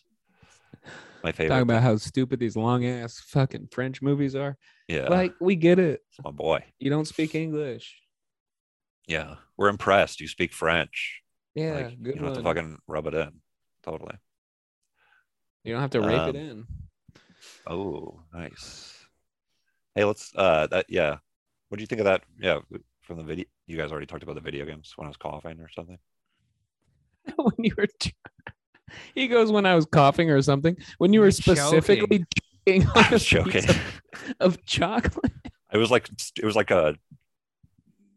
My favorite. Talking about how stupid these long ass fucking French movies are. yeah. Like we get it. it's my boy. You don't speak English. Yeah. We're impressed. You speak French. Yeah, Like, good you don't have to one. fucking rub it in. Totally. you don't have to rape Um, it in. Oh, nice. Hey, let's uh that yeah. What do you think of that? Yeah, w- from the video you guys already talked about the video games when I was coughing or something. when you were he goes when i was coughing or something when you were Choking. specifically choking on I a was joking. piece of, of chocolate It was like it was like a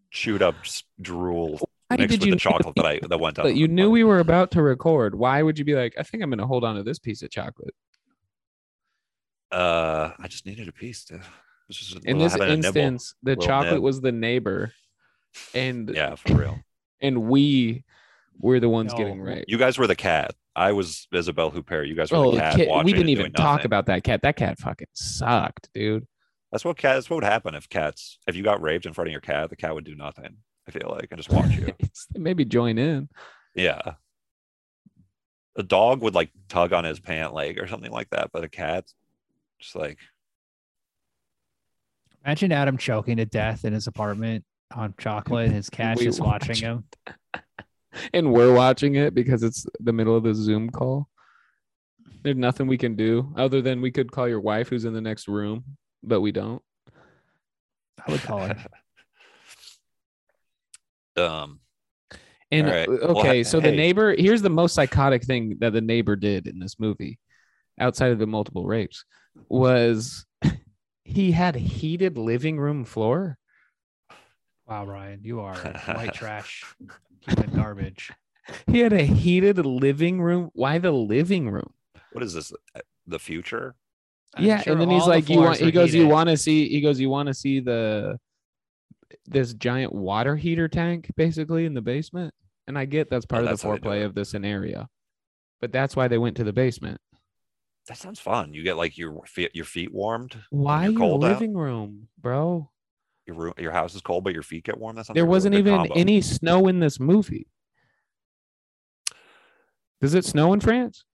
chewed up s- drool why mixed did with the you know chocolate that I that went down. but on you the knew bun. we were about to record why would you be like i think i'm gonna hold on to this piece of chocolate Uh, I just needed a piece. To, it was just a in little- this I had a nibble. instance the Little chocolate nib. was the neighbor and yeah, for real. and we were the ones getting No. raped You guys were the cat. I was Isabel Huppert. You guys were Oh, the cat. kid- watching we and didn't doing even talk nothing. about that cat. That cat fucking sucked, dude. That's what cats. That's what would happen if cats. If you got raped in front of your cat, the cat would do nothing. I feel like and just watch you. It's- Maybe join in. Yeah. A dog would like tug on his pant leg or something like that, but a cat just like Imagine Adam choking to death in his apartment on chocolate and his cat's We just watch. watching him. and we're watching it because it's the middle of the Zoom call. There's nothing we can do other than we could call your wife who's in the next room, but we don't. I would call it. um And All right. uh, Well, okay, he- so the hey. neighbor here's the most psychotic thing that the neighbor did in this movie, outside of the multiple rapes, was he had heated living room floor. Wow, Ryan, you are white trash, human garbage. He had a heated living room. Why the living room? what is this? uh, The future? I'm yeah, sure and then all he's the like, "You floors want?" He were goes, "You heated. want to see?" He goes, "You want to see the this giant water heater tank, basically in the basement?" And I get that's part of Oh, that's the how they do foreplay it. of the scenario, but that's why they went to the basement. That sounds fun. You get like your feet your feet warmed. Why you're your cold out? living room, bro? Your room, your house is cold, but your feet get warm. That sounds There like a really wasn't good even combo. any snow in this movie. Does it snow in France? Ah,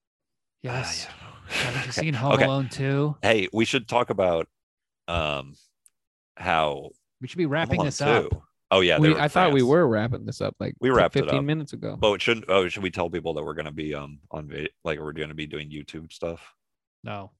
Yes. yeah. Haven't you Okay. seen Home Okay. Alone 2? Hey, we should talk about um how We should be Home wrapping Alone this up. 2. Oh yeah, they we, were in I thought we France. were wrapping this up like We t- wrapped it 15 up. minutes ago. But it shouldn't oh should we tell people that we're gonna be um on video like we're gonna be doing YouTube stuff? No.